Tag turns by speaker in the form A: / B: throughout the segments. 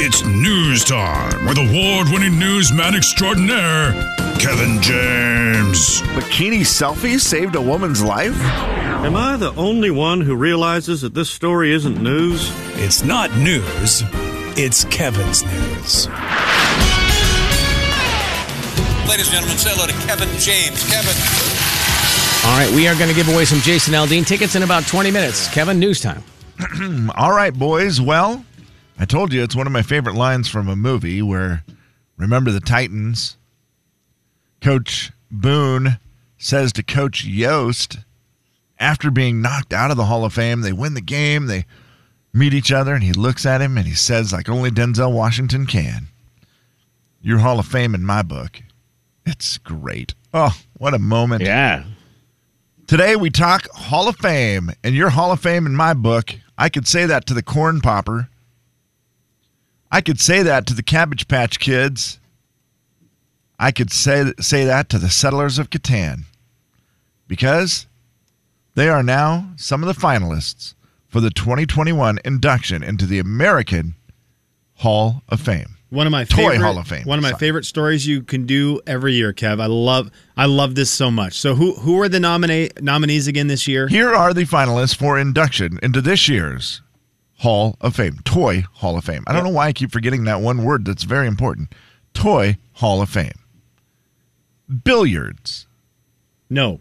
A: It's news time with award winning newsman extraordinaire, Kevin James.
B: Bikini selfie saved a woman's life?
C: Am I the only one who realizes that this story isn't news?
D: It's not news, it's Kevin's news.
E: Ladies and gentlemen, say hello to Kevin James. Kevin.
F: All right, we are going to give away some Jason Aldean tickets in about 20 minutes. Kevin, news time.
B: All right, boys. Well, I told you it's one of my favorite lines from a movie where, remember the Titans? Coach Boone says to Coach Yost, after being knocked out of the Hall of Fame, they win the game, they meet each other, and he looks at him and he says, like only Denzel Washington can, You're Hall of Fame in my book. It's great. Oh, what a moment.
F: Yeah.
B: Today we talk Hall of Fame, and your Hall of Fame in my book. I could say that to the corn popper. I could say that to the Cabbage Patch Kids. I could say say that to the settlers of Catan, because they are now some of the finalists for the 2021 induction into the American Hall of Fame.
G: One of my
B: Toy
G: favorite,
B: Hall of Fame,
G: One of my
B: sorry.
G: favorite stories you can do every year, Kev. I love I love this so much. So who who are the nominate nominees again this year?
B: Here are the finalists for induction into this year's Hall of Fame, Toy Hall of Fame. I don't know why I keep forgetting that one word that's very important. Toy Hall of Fame. Billiards.
G: No.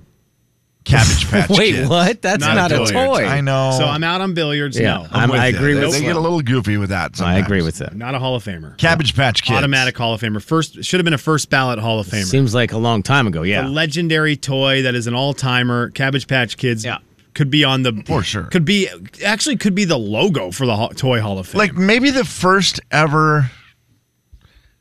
B: Cabbage Patch
F: Wait,
B: Kids.
F: what? That's
G: Not
F: not, a
G: billiards.
F: toy.
B: I know.
G: So I'm out on billiards.
F: Yeah,
G: No.
F: I'm-
B: with
F: I
B: you.
F: agree
B: They-
F: with
B: They
F: you.
B: get a little goofy with that
F: I
B: sometimes.
F: agree with that.
G: not a Hall of Famer.
B: Cabbage Patch Kids.
G: Automatic Hall of Famer. First should have been a first ballot Hall of Famer.
F: Seems like a long time ago,
G: A
F: yeah.
G: legendary toy that is an all timer. Cabbage Patch Kids.
F: Yeah.
G: Could be on the
B: For sure.
G: Could be actually could be the logo for the Hall- toy Hall of Fame.
B: Like maybe the first ever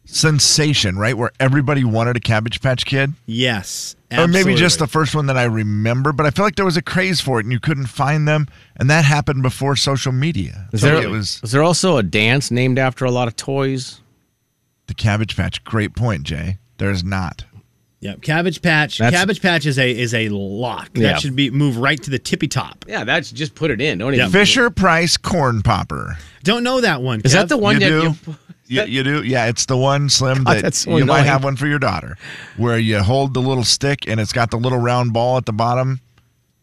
B: sensation, right? Where everybody wanted a Cabbage Patch Kid.
G: yes,
B: Or maybe just the
G: absolutely.
B: first one that I remember, but I feel like there was a craze for it and you couldn't find them. And that happened before social media.
F: Is
B: So
F: there,
B: it was
F: is there also a dance named after a lot of toys?
B: the Cabbage Patch. Great point, Jay. There's not.
G: Yep, Cabbage Patch.
F: That's-
G: Cabbage Patch is a is a lock that
F: Yeah.
G: should be move right to the tippy top.
F: Yeah, that's just put it in. Don't even.
B: Fisher Price Corn Popper.
G: Don't know that one.
F: Is
G: Kev.
F: that the
B: you
F: one that
B: do?
F: you-
B: You, you do? Yeah, it's the one, Slim, that
F: that's so
B: you might
F: annoying.
B: have one for your daughter where you hold the little stick and it's got the little round ball at the bottom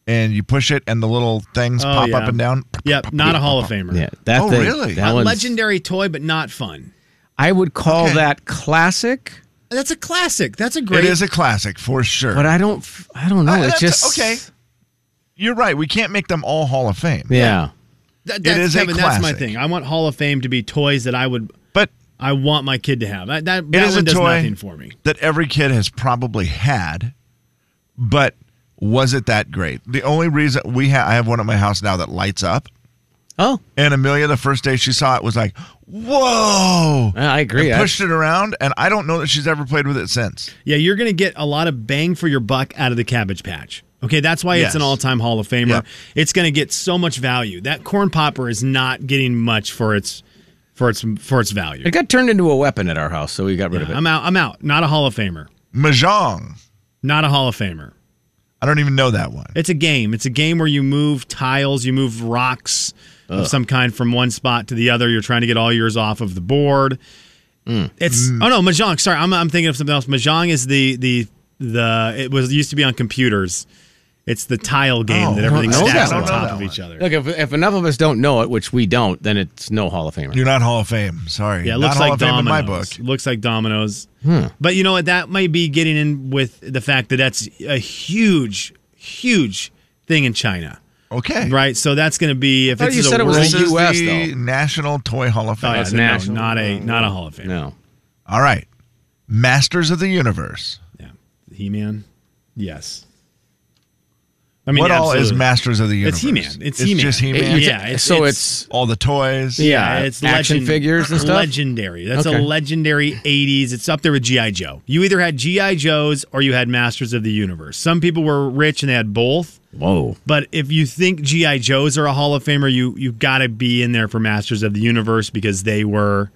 B: and you push it and the little things
G: Oh,
B: pop
G: yeah.
B: up and down.
G: Yep, not a Hall of Famer.
F: Yeah, that
B: Oh,
F: thing-
B: really?
F: That
G: a
F: one's-
G: legendary toy, but not fun.
F: I would call
B: Okay.
F: that classic,
G: That's a classic. That's a
B: It
G: great.
B: is a classic for sure.
F: but I don't. f- I don't know.
B: Uh,
F: it's
B: that's-
F: Oh, just
B: okay. You're right. We can't make them all Hall of Fame.
F: Yeah.
G: that,
B: it
G: that's,
B: is a
G: Kevin, That's my
B: classic.
G: thing. I want Hall of Fame to be toys that I would,
B: But
G: I want my kid to have. That that,
B: it
G: that
B: is
G: one
B: a
G: does
B: toy
G: nothing for me.
B: that every kid has probably had, but was it that great? The only reason we ha- I have one at my house now that lights up,
F: Oh,
B: and Amelia the first day she saw it was like, "Whoa!"
F: I agree.
B: And
F: I-
B: pushed it around, and I don't know that she's ever played with it since.
G: Yeah, you're going to get a lot of bang for your buck out of the Cabbage Patch. Okay, that's why
B: Yes.
G: it's an all-time Hall of Famer.
B: Yeah.
G: It's going to get so much value. That corn popper is not getting much for its for its for its value.
F: it got turned into a weapon at our house, so we got rid of it.
G: I'm out. I'm out. Not a Hall of Famer.
B: Mahjong.
G: Not a Hall of Famer.
B: I don't even know that one.
G: It's a game. It's a game where you move tiles, you move rocks of some kind from one spot to the other. You're trying to get all yours off of the board.
F: Mm.
G: It's oh no, mahjong. Sorry, I'm, I'm thinking of something else. Mahjong is the the the it was used to be on computers. It's the tile game
B: Oh,
G: that
B: I
G: everything
F: don't know
G: stacks
F: that
G: on
F: one.
B: I don't
G: top
B: know
G: of
B: that
G: each other.
F: Look, if, if enough of us don't know it, which we don't, then it's no Hall of Famer.
B: You're not Hall of Fame. Sorry.
G: Yeah,
B: not
G: it looks
B: Hall
G: like
B: of Fame
G: dominoes.
B: in my book.
G: Looks like dominoes.
F: Hmm.
G: But you know what? That might be getting in with the fact that that's a huge, huge thing in China,
B: Okay.
G: right? So that's going to be if
F: thought
G: it's
F: you
G: the
F: said it was
G: world-
F: a
B: This is
F: US,
B: the
F: though.
B: National Toy Hall of Fame.
G: Oh, yeah,
F: That's
G: no,
F: national.
G: not a not a Hall of Fame.
F: No.
B: All right. Masters of the Universe.
G: Yeah. He Man. Yes. I mean,
B: what all is
G: absolutely.
B: Masters of the Universe?
G: It's He-Man. It's He-Man.
B: just
F: It-
B: He-Man.
F: you
G: Yeah,
F: ta-
G: it's-
F: so
G: it's-
F: it's,
B: all the toys.
F: yeah, action
G: legend-
F: figures and stuff?
G: Legendary. That's
F: Okay.
G: a legendary 80s. It's up there with G.I. Joe. You either had G.I. Joe's or you had Masters of the Universe. Some people were rich and they had both.
F: whoa.
G: But if you think G.I. Joe's are a Hall of Famer, you you gotta be in there for Masters of the Universe because they were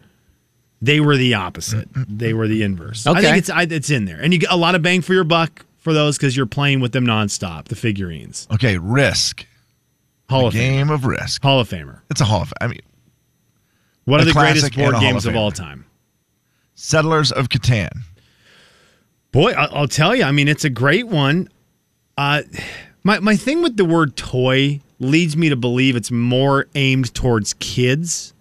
G: they were the opposite. They were the inverse. I think
F: Okay.
G: it's I, it's in there. And you get a lot of bang for your buck for those because you're playing with them nonstop, the figurines.
B: Okay, Risk.
G: Hall of Famer.
B: Game of Risk.
G: Hall of Famer.
B: It's a Hall of I mean,
G: What
B: A
G: are the greatest
B: classic and
G: board
B: a Hall
G: games
B: of
G: of all
B: Famer.
G: time?
B: Settlers of Catan.
G: Boy, I- I'll tell you. I mean, it's a great one. Uh, my my thing with the word toy leads me to believe it's more aimed towards kids,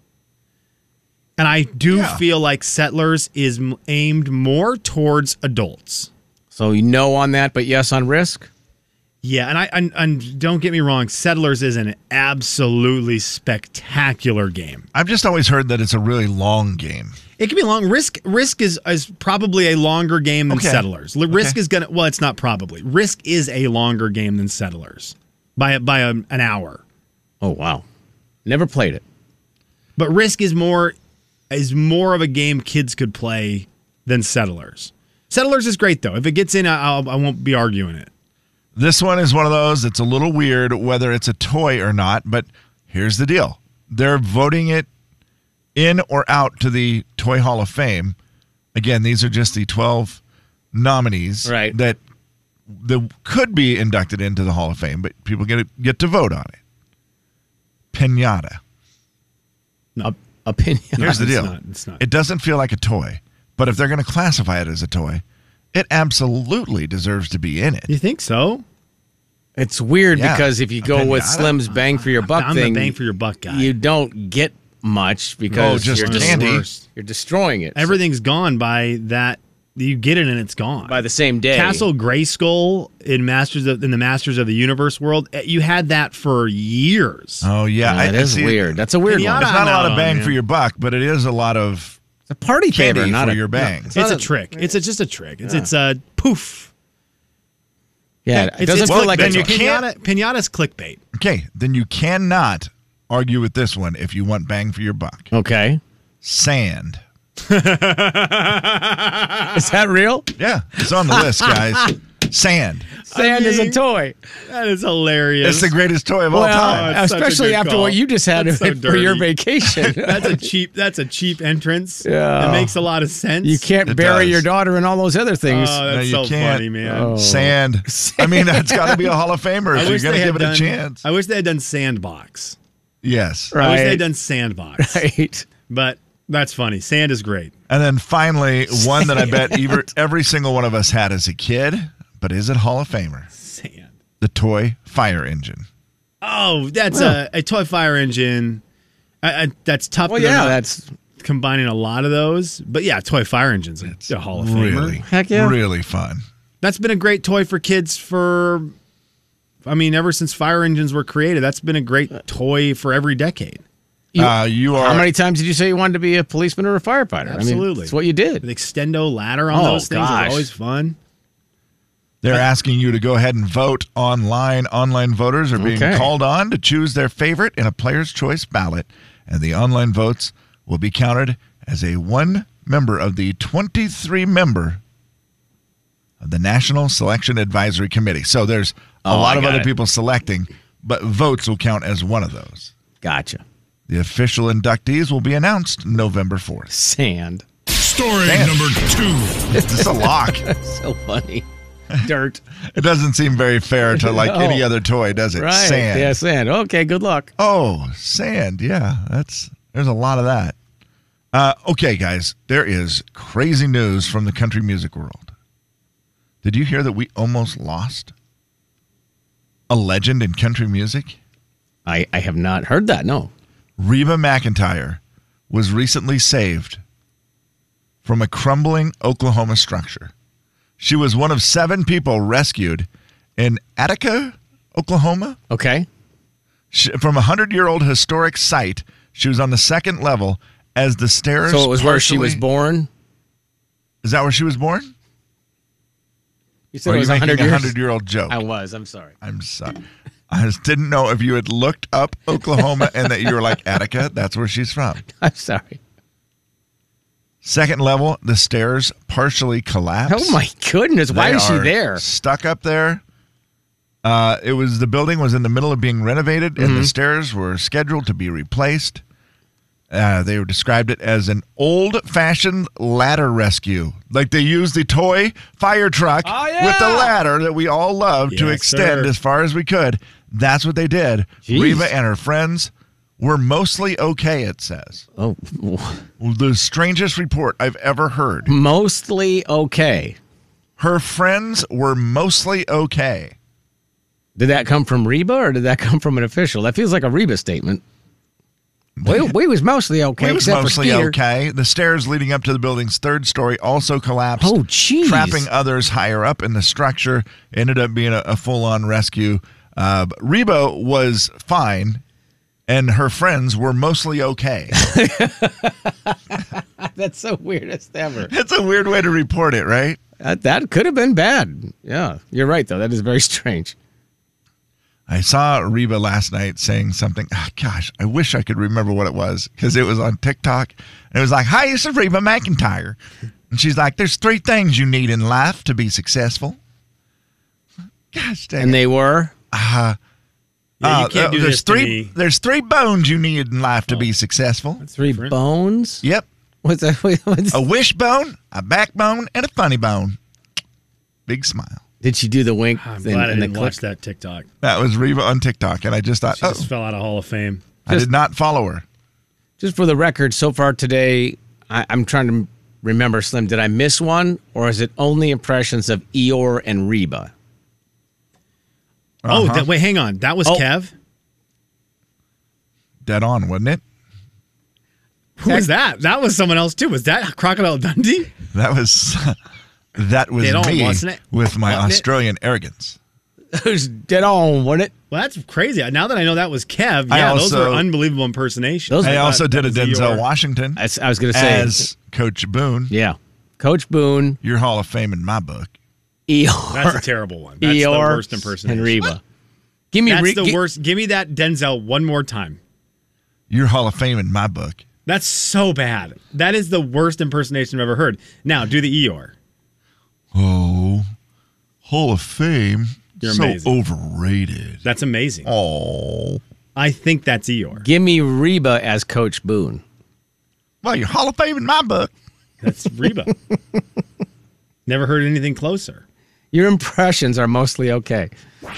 G: and I do
B: Yeah.
G: feel like Settlers is m- aimed more towards adults.
F: So you know on that, but yes on risk.
G: Yeah, and I and, and don't get me wrong, Settlers is an absolutely spectacular game.
B: I've just always heard that it's a really long game.
G: It can be long. Risk Risk is is probably a longer game than
B: Okay.
G: Settlers. L- Risk is gonna well, it's not probably. Risk is a longer game than Settlers by a- by a, an hour.
F: Oh wow, never played it.
G: But Risk is more is more of a game kids could play than Settlers. Settlers is great though. If it gets in, I I'll, I won't be arguing it.
B: This one is one of those that's a little weird whether it's a toy or not, but here's the deal. They're voting it in or out to the Toy Hall of Fame. Again, these are just the 12 nominees
F: Right.
B: that that could be inducted into the Hall of Fame, but people get get to vote on it. Pinata.
F: No. Opinion.
B: Here's the
G: it's
B: deal.
G: not. It's not.
B: It doesn't feel like a toy, but if they're going to classify it as a toy, it absolutely deserves to be in it.
G: You think so?
F: It's weird
B: Yeah.
F: because if you go with
B: Opinion.
F: Slim's bang for your buck
G: I'm
F: thing,
G: the bang for your buck guy.
F: you don't get much because
B: Oh, just
F: you're,
B: candy.
F: destroying- you're destroying it.
G: Everything's gone by that. You get it and it's gone.
F: by the same day.
G: Castle Grayskull in Masters of, in the Masters of the Universe world, eh, you had that for years.
B: Oh yeah,
F: Ah, That
B: I- I
F: is
B: see it.
F: weird. That's a weird
G: Pinata.
F: one.
B: It's not a lot
G: Oh,
B: of bang
G: man.
B: for your buck, but it is a lot of
F: It's a party
B: candy
F: favor, not
B: for
F: a,
B: your bang.
G: it's
F: not
G: a,
F: a-
G: trick. It's a, just a trick. It's it's a poof.
F: Yeah, it
G: It's-
F: doesn't
G: it's
F: feel
G: clickbait.
F: like
B: then
F: a
B: you
F: toy.
B: can't-
G: pinata. Pinata's clickbait.
B: okay, then you cannot argue with this one if you want bang for your buck.
F: Okay,
B: Sand.
F: is that real?
B: Yeah, it's on the list, guys. Sand.
F: Sand is a
G: mean-
F: toy.
G: That is hilarious.
B: It's the greatest toy of all
F: Well,
B: time.
G: it's such a
F: especially
G: good
F: after
G: call.
F: what you just had
G: That's so
F: for your
G: dirty.
F: vacation.
G: that's a cheap. That's a cheap entrance.
F: Yeah.
G: it makes a lot of sense.
F: you can't
B: It
F: bury
B: does.
F: your daughter and all those other things.
G: Oh,
B: No,
G: that's
B: you
G: so
B: can't.
G: funny, man.
F: Oh.
B: Sand. I mean, that's got to be a Hall of Famer
G: I
B: if you're
G: wish
B: going
G: they
B: to
G: had
B: give it
G: done,
B: a chance.
G: I wish they had done Sandbox.
B: Yes.
G: I wish they
F: right.
G: had done Sandbox.
F: right.
G: But that's funny. Sand is great.
B: And then finally, one that I bet ever, every single one of us had as a kid, but is it Hall of Famer?
G: Sand.
B: The toy fire engine.
G: Oh, that's a, a toy fire engine. I, I, that's tough.
F: Well,
G: that
F: yeah,
G: they're not
F: that's
G: combining a lot of those. But yeah, toy fire engines. a- a Hall of Famer.
B: Really,
F: Heck yeah.
B: really fun.
G: That's been a great toy for kids for. I mean, ever since fire engines were created, that's been a great toy for every decade.
F: You-
B: uh, you are
F: How many times did you say you wanted to be a policeman or a firefighter? I mean,
G: Absolutely.
F: it's what you
G: The
F: did.
G: extendo ladder on
F: Oh,
G: those things
F: gosh.
G: is always fun.
B: They're asking you to go ahead and vote online. Online voters are being
F: Okay.
B: called on to choose their favorite in a player's choice ballot, and the online votes will be counted as a one member of the 23 member of the National Selection Advisory Committee. So there's a
F: Oh,
B: lot
F: I
B: of
F: got
B: other
F: it.
B: people selecting, but votes will count as one of those.
F: Gotcha.
B: The official inductees will be announced November 4th.
F: Sand.
A: Story
B: Damn.
A: number two.
B: It's a lock.
F: So funny. Dirt.
B: It doesn't seem very fair to like
F: No.
B: any other toy, does it?
F: Right.
B: Sand.
F: Yeah, sand. Okay, good luck.
B: Oh, sand. Yeah, that's there's a lot of that. Uh, okay, guys, there is crazy news from the country music world. Did you hear that we almost lost a legend in country music?
F: I, I have not heard that. No.
B: Reba McIntyre was recently saved from a crumbling Oklahoma structure. She was one of seven people rescued in Attica, Oklahoma,
F: Okay.
B: She, from a hundred year old historic site, she was on the second level as the stairs.
F: So it was where she
B: partially-
F: was born.
B: Is that where she was born?
F: You
B: Or
F: said
B: are
F: it
B: you
F: was
B: making
F: 100
B: a
F: years.
B: hundred year old joke.
F: I was. I'm sorry.
B: I'm sorry. I just didn't know if you had looked up Oklahoma and that you were like Attica. That's where she's from.
F: I'm sorry.
B: Second level, the stairs partially collapsed.
F: Oh my goodness. Why
B: They
F: is she
B: are
F: there?
B: Stuck up there. Uh, it was the building was in the middle of being renovated,
F: Mm-hmm.
B: and the stairs were scheduled to be replaced. Uh, they described it as an old-fashioned ladder rescue, like they used the toy fire truck
F: Oh, yeah.
B: with the ladder that we all loved to
G: Yes,
B: extend
G: sir.
B: as far as we could. That's what they did.
F: Jeez.
B: Reba and her friends We're mostly okay, it says.
F: Oh,
B: The strangest report I've ever heard.
F: mostly okay.
B: Her friends were mostly okay.
F: Did that come from Reba or did that come from an official? That feels like a Reba statement. We, we was mostly okay,
B: It was
F: except
B: mostly
F: for Skeeter.
B: okay. The stairs leading up to the building's third story also collapsed.
F: Oh, jeez.
B: Trapping others higher up in the structure ended up being a, a full on rescue. Uh, but Reba was fine, and her friends were mostly okay.
F: That's the weirdest ever.
B: That's a weird way to report it, right?
F: That, that could have been bad. Yeah, you're right though. That is very strange.
B: I saw Reba last night saying something. ah, gosh, I wish I could remember what it was because it was on TikTok. And it was like, Hi, this is Reba McIntyre. And she's like, There's three things you need in life to be successful. Gosh dang
F: And
B: it.
F: they were.
G: Yeah,
B: Uh,
G: you can't do
B: there's
G: this to
B: three
G: me. Oh.
B: there's three bones you need in life to be successful.
F: Three bones?
B: Yep.
F: What's that? What's,
G: Oh.
B: A wishbone, a backbone, and a funny bone. Big smile.
F: Did she do the wink?
G: I'm
F: and-
G: glad I
F: and the
G: didn't
F: click?
G: watch that TikTok.
B: That was Reba on TikTok, and I just thought,
G: She
B: oh,
G: just fell out of Hall of Fame.
B: I did not follow her.
F: Just for the record, so far today, I, I'm trying to remember, Slim. Did I miss one, or is it only impressions of Eeyore and Reba?
G: Oh, that, wait, hang on. That was
F: Uh-huh. Oh.
G: Kev.
B: Dead on, wasn't it?
G: Who was that? That was someone else too. Was that Crocodile Dundee?
B: That was that was
G: Dead on,
B: me
G: wasn't it?
B: with my
G: Wasn't it?
B: Australian arrogance.
F: Who's dead on? Wasn't it?
G: Well, that's crazy. Now that I know that was Kev,
B: I
G: yeah, those
B: also-
G: were unbelievable impersonations.
F: Those-
B: I
F: I
B: also
G: thought
B: did a
G: that was
B: Denzel
G: your-
B: Washington
F: I, s- I was gonna say.
B: as Coach Boone.
F: yeah, Coach Boone,
B: Your Hall of Fame in my book.
F: Eeyore,
G: That's a terrible one. That's the
F: Eeyore,
G: worst impersonation.
F: and Reba. Give me
G: That's
F: Re-
G: the
F: gi-
G: worst. Give me that Denzel one more time.
B: Your Hall of Fame in my book.
G: That's so bad. That is the worst impersonation I've ever heard. Now do the Eeyore.
B: Oh, Hall of Fame.
G: You're
B: so
G: amazing.
B: overrated.
G: That's amazing.
B: Oh.
G: I think that's Eeyore.
F: Give me Reba as Coach Boone.
B: Well, you're Hall of Fame in my book.
G: That's Reba. Never heard anything closer.
F: Your impressions are mostly okay.
B: Yeah.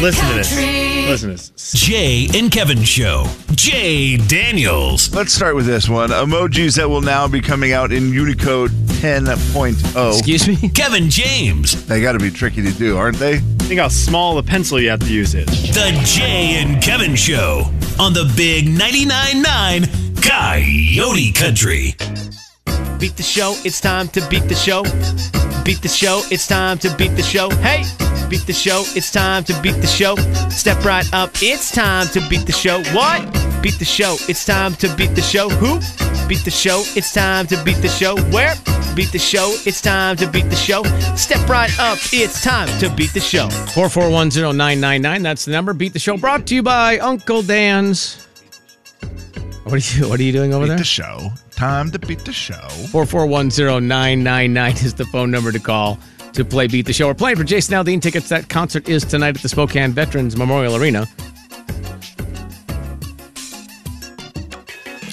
G: Listen to this. Listen to this.
D: Jay and Kevin Show. Jay Daniels.
B: Let's start with this one. Emojis that will now be coming out in Unicode 10.0.
F: Excuse me.
D: Kevin James.
B: they got to be tricky to do, aren't they?
G: Think how small the pencil you have to use is.
D: The Jay and Kevin Show on the Big 99.9 Coyote Country.
H: Beat the show, it's time to beat the show. Beat the show, it's time to beat the show. Hey! Beat the show, it's time to beat the show. Step right up, it's time to beat the show. What? Beat the show, it's time to beat the show. Who? Beat the show, it's time to beat the show. Where? Beat the show, it's time to beat the show. Step right up, it's time to beat the show.
F: 4410999. That's the number. Beat the show. Brought to you by Uncle Dan's. What are you What are you doing over
B: Beat
F: there?
B: the show. Time to beat the show.
F: 4410999 is the phone number to call to play Beat the Show. We're playing for Jason Aldean tickets. That concert is tonight at the Spokane Veterans Memorial Arena.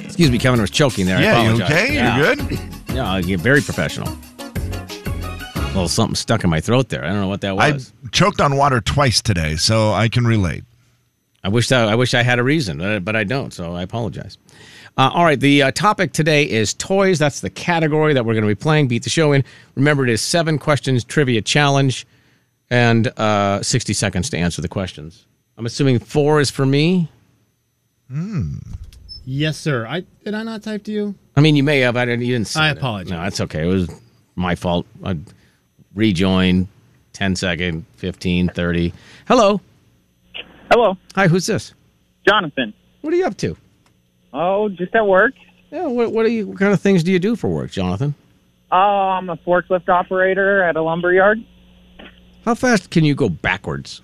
F: Excuse me, Kevin I was choking there. I
B: yeah, you
F: apologize.
B: okay?
F: Yeah.
B: You're good?
F: Yeah, I get very professional. A little something stuck in my throat there. I don't know what that
B: I
F: was.
B: choked on water twice today, so I can relate.
F: I wish I, I wish I had a reason, but I, but I don't, so I apologize. Uh, all right, the uh, topic today is toys. That's the category that we're going to be playing. Beat the show in. Remember, it is seven questions trivia challenge, and uh, sixty seconds to answer the questions. I'm assuming four is for me.
G: Yes, sir. I did I not type to you?
F: I mean, you may have. I didn't. You didn't. sign it.
G: apologize.
F: No, that's okay. It was my fault. I rejoin. 10 second, 15, 30. Hello.
I: Hello,
F: Hi, who's this?
I: Jonathan.
F: What are you up to?
I: Oh, just at work.
F: Yeah, what, what are you? What kind of things do you do for work, Jonathan?
I: Oh, I'm a forklift operator at a lumber yard.
F: How fast can you go backwards?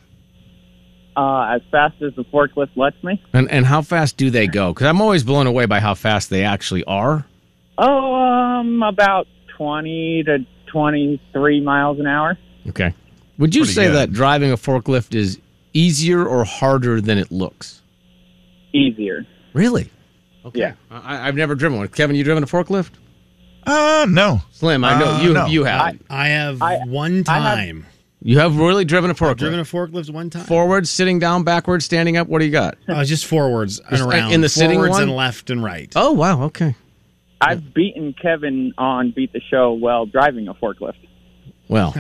I: Uh, as fast as the forklift lets me.
F: And and how fast do they go? Because I'm always blown away by how fast they actually are.
I: Oh, um, about 20 to 23 miles an hour.
F: Okay. Would you
B: Pretty
F: say
B: good.
F: that driving a forklift is easier or harder than it looks?
I: Easier.
F: Really? Okay.
I: Yeah.
F: I, I've never driven one. Kevin, you driven a forklift?
B: Uh, no.
F: Slim, I know
B: Uh,
F: you
B: no.
F: you have.
G: I have
I: I-
G: one
I: I have-
G: time.
F: You have really driven a forklift.
G: Driven a forklift one time.
F: Forward, sitting down, backwards, standing up. What do you got?
G: Uh, just forwards and around.
F: in the
G: forwards
F: sitting one?
G: and left and right.
F: Oh wow, okay.
I: I've beaten Kevin on Beat the Show while driving a forklift.
F: Well,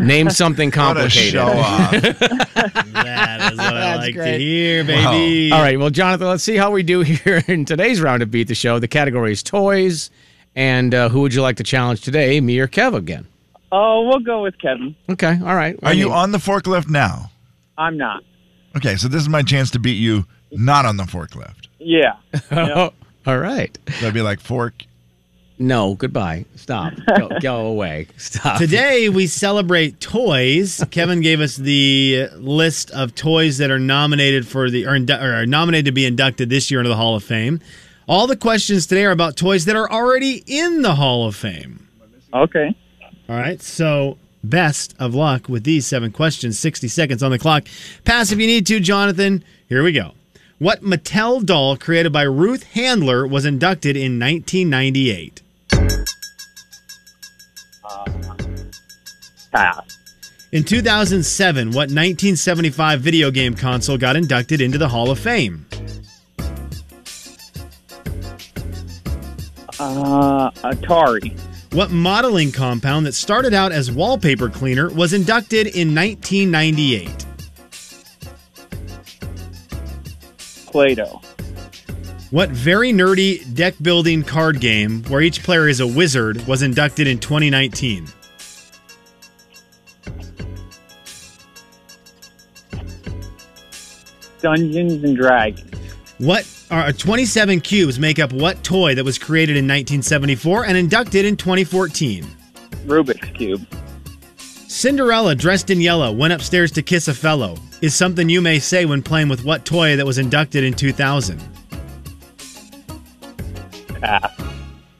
F: name something
B: What a
F: complicated.
B: show off.
G: That is what I like to
F: great.
G: hear, baby.
F: All right, well, Jonathan, let's see how we do here in today's round of Beat the Show. The category is toys, and uh, who would you like to challenge today, me or Kev again?
I: Oh, we'll go with Kevin.
F: Okay, all right.
B: Are
F: I
B: you
F: mean,
B: on the forklift now?
I: I'm not.
B: Okay, so this is my chance to beat you not on the forklift.
I: Yeah.
F: Oh, all right.
B: So I'd be like, fork.
F: No, goodbye. Stop. go, go away. Stop.
G: Today we celebrate toys. Kevin gave us the list of toys that are nominated for the or, indu- or are nominated to be inducted this year into the Hall of Fame. All the questions today are about toys that are already in the Hall of Fame.
I: Okay.
G: All right, so best of luck with these seven questions. 60 seconds on the clock. Pass if you need to, Jonathan. Here we go. What Mattel doll created by Ruth Handler was inducted in 1998?
I: Pass.
G: In 2007, what 1975 video game console got inducted into the Hall of Fame?
I: Uh, Atari.
G: What modeling compound that started out as wallpaper cleaner was inducted in 1998?
I: Play-Doh.
G: What very nerdy deck building card game where each player is a wizard was inducted in 2019?
I: Dungeons and Dragons.
G: What are 27 cubes make up what toy that was created in 1974 and inducted in 2014?
I: Rubik's Cube.
G: Cinderella dressed in yellow went upstairs to kiss a fellow is something you may say when playing with what toy that was inducted in 2000.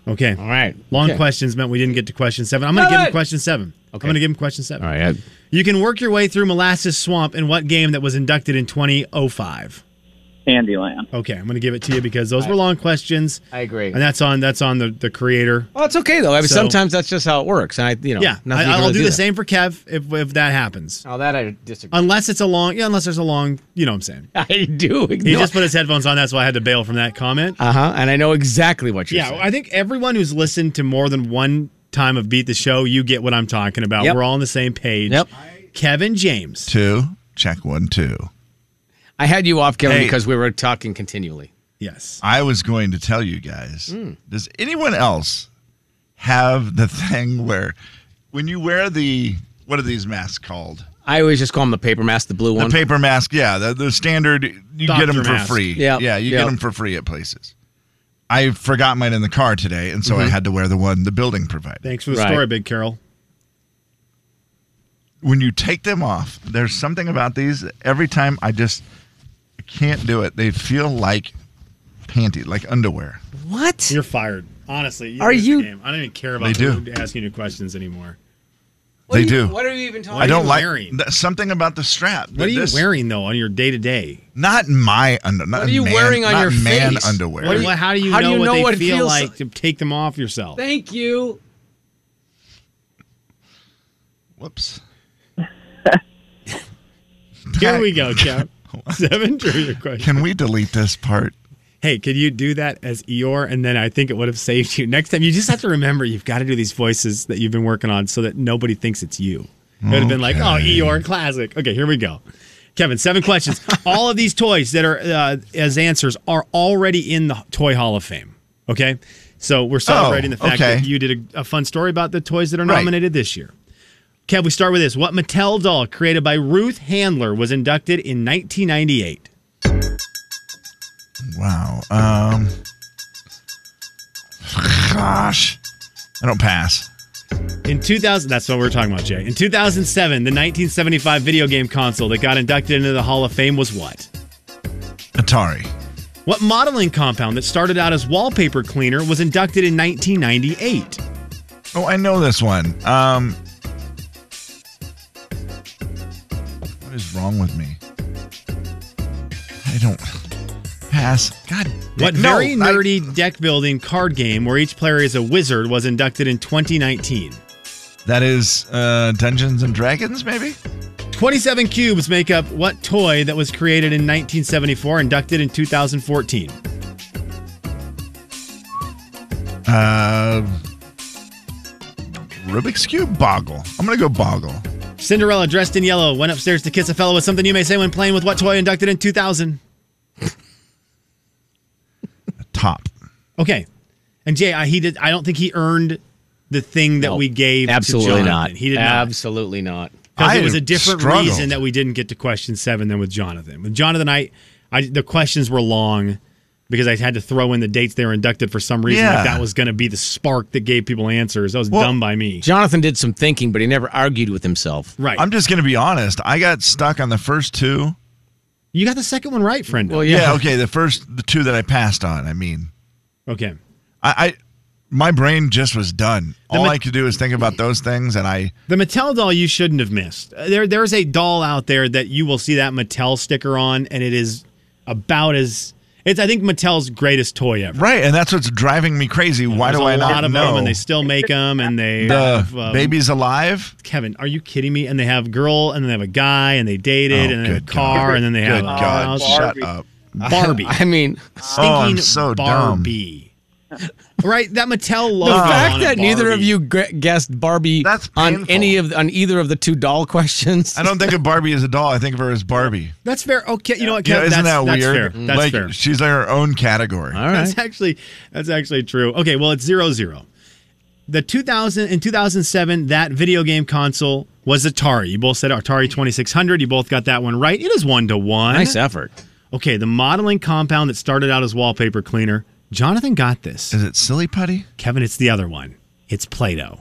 G: Okay.
F: All right.
G: Long
F: Okay.
G: questions meant we didn't get to question seven. I'm going to
F: Damn
G: give him
F: it!
G: question seven.
F: Okay.
G: I'm going to give him question seven.
F: All right.
G: You can work your way through Molasses Swamp in what game that was inducted in 2005?
I: Candyland.
G: Okay, I'm going to give it to you because those were long questions.
F: I, I agree.
G: and that's on that's on the, the creator.
F: Well, it's okay though. I mean,
G: So-
F: sometimes that's just how it works. And I, you know,
G: Yeah,
F: nothing you
G: I,
F: can
G: I'll
F: really
G: do, the
F: that.
G: same Um, for Kev if, if that happens.
F: Oh, that I disagree.
G: Unless it's a long, yeah, unless there's a long, you know what I'm saying.
F: I do.
G: He just put his headphones on, that's why I had to bail from that comment.
F: uh huh. And I know exactly what you're
G: yeah,
F: saying.
G: I think everyone who's listened to more than one time of Beat the Show, you get what I'm talking about.
F: Yep.
G: We're all on the same page.
F: Yep.
G: Kevin James.
B: Two. Check one, two.
F: I had you off, Kevin,
B: Hey.
F: because we were talking continually.
G: Yes.
B: I was going to tell you guys
F: Hmm.
B: does anyone else have the thing where when you wear the, what are these masks called?
F: I always just call them the paper mask, the blue
B: The
F: one.
B: paper mask, yeah, the, the standard. You get 'em get
G: Doctor
B: them for
G: mask.
B: free.
F: Yeah,
B: yeah, you get 'em
F: yeah.
B: get them for free at places. I forgot mine in the car today, and so I had to wear the one the building provided.
G: Thanks for the
F: Right.
G: story, Big Carol.
B: When you take them off, there's something about these. Every time I just I can't do it. They feel like panty, like underwear.
F: what?
G: You're fired. Honestly.
F: Are
G: lose the
F: you-
G: game. I don't even care
B: They
G: about
B: do.
G: asking you questions anymore.
F: What
B: they
F: are you-
B: do.
F: What are you even talking?
B: I don't
G: you
B: like
G: wearing?
B: th- something about the strap.
G: What are you
B: This-
G: wearing though on your day to day?
B: Not my under. Not
F: What are you
B: man-
F: wearing on
B: not
F: your
B: man
F: face?
B: underwear?
F: What are you-
G: How do you
F: how do
G: know
F: you
G: what
F: know
G: they
F: what it
G: feel
F: feels
G: like
F: like?
G: to take them off yourself?
F: Thank you.
B: Whoops.
G: Here we go, Jeff. Seven trivia questions.
B: Can we delete this part?
G: Hey, could you do that as Eeyore? And then I think it would have saved you. Next time, you just have to remember you've got to do these voices that you've been working on so that nobody thinks it's you. It would have been like, oh, Eeyore, classic. Okay, here we go. Kevin, seven questions. All of these toys that are uh, as answers are already in the Toy Hall of Fame. Okay, so we're celebrating
B: Oh,
G: the fact
B: okay.
G: that you did a, a fun story about the toys that are
B: Right.
G: nominated this year. Kev, we start with this. What Mattel doll created by Ruth Handler was inducted in 1998?
B: Wow. Um. Gosh, I don't pass.
G: In 2000, that's what we're talking about, Jay. In 2007, the 1975 video game console that got inducted into the Hall of Fame was what?
B: Atari.
G: What modeling compound that started out as wallpaper cleaner was inducted in 1998?
B: Oh, I know this one. Um. What is wrong with me? I don't pass. God.
G: What
B: no,
G: very
B: I-
G: nerdy deck building card game where each player is a wizard was inducted in 2019?
B: That is uh, Dungeons and Dragons, maybe?
G: 27 cubes make up what toy that was created in 1974, inducted in 2014?
B: Uh, Rubik's Cube Boggle. I'm going to go Boggle.
G: Cinderella, dressed in yellow, went upstairs to kiss a fellow with something you may say when playing with what toy inducted in 2000?
B: Top.
G: Okay. And Jay, I, he did. I don't think he earned the thing that
F: No,
G: we gave. to
F: Absolutely
G: Jonathan.
F: not.
G: He did not.
F: Absolutely not.
G: Because
B: I
G: it was a different
B: struggled.
G: reason that we didn't get to question seven than with Jonathan. With Jonathan, I, I the questions were long because I had to throw in the dates they were inducted for some reason.
B: Yeah.
G: Like that was going to be the spark that gave people answers. That was
B: Well,
G: dumb by me.
F: Jonathan did some thinking, but he never argued with himself.
G: Right.
B: I'm just going to be honest. I got stuck on the first two.
G: you got the second one right, friend.
F: Well,
B: Yeah,
F: yeah.
B: okay. The first, the two that I passed on, I mean.
G: okay.
B: I, I my brain just was done.
G: The
B: All
G: ma-
B: I could do was think about those things, and I
G: The Mattel doll you shouldn't have missed. Uh, There, there's a doll out there that you will see that Mattel sticker on, and it is about as it's. I think Mattel's greatest toy ever.
B: right, and that's what's driving me crazy. Why
G: There's
B: do
G: a
B: I
G: lot
B: not
G: of
B: know?
G: them, and they still make them, and they
B: the
G: have, um,
B: baby's alive.
G: Kevin, are you kidding me? And they have girl, and then they have a guy, and they dated,
B: Oh,
G: and they have a
B: good
G: car,
B: God.
G: and then they
B: Good
G: have a
B: God,
G: house.
B: shut
I: Barbie.
B: up!
G: Barbie.
F: I mean,
B: Oh, I'm
G: Stinking
B: so dumb.
G: Barbie. right, that Mattel logo.
F: the
G: on
F: fact
G: a
F: that neither of
G: Barbie.
F: you gu- guessed Barbie
B: That's
F: on
B: painful.
F: any of on either of the two doll questions.
B: I don't think of Barbie as a doll. I think of her as Barbie.
G: That's fair. Okay, you know what,
B: You know,
G: Kevin?
B: isn't
G: that's,
B: that
G: that's
B: weird?
G: fair. That's
B: like
G: fair.
B: she's in her own category.
F: All right.
G: That's actually that's actually true. Okay, well it's zero zero. The 2000 in 2007 that video game console was Atari. You both said Atari 2600. You both got that one right. It is one to one.
F: Nice effort.
G: Okay, the modeling compound that started out as wallpaper cleaner. Jonathan got this.
B: Is it silly putty?
G: Kevin, it's the other one. It's Play-Doh.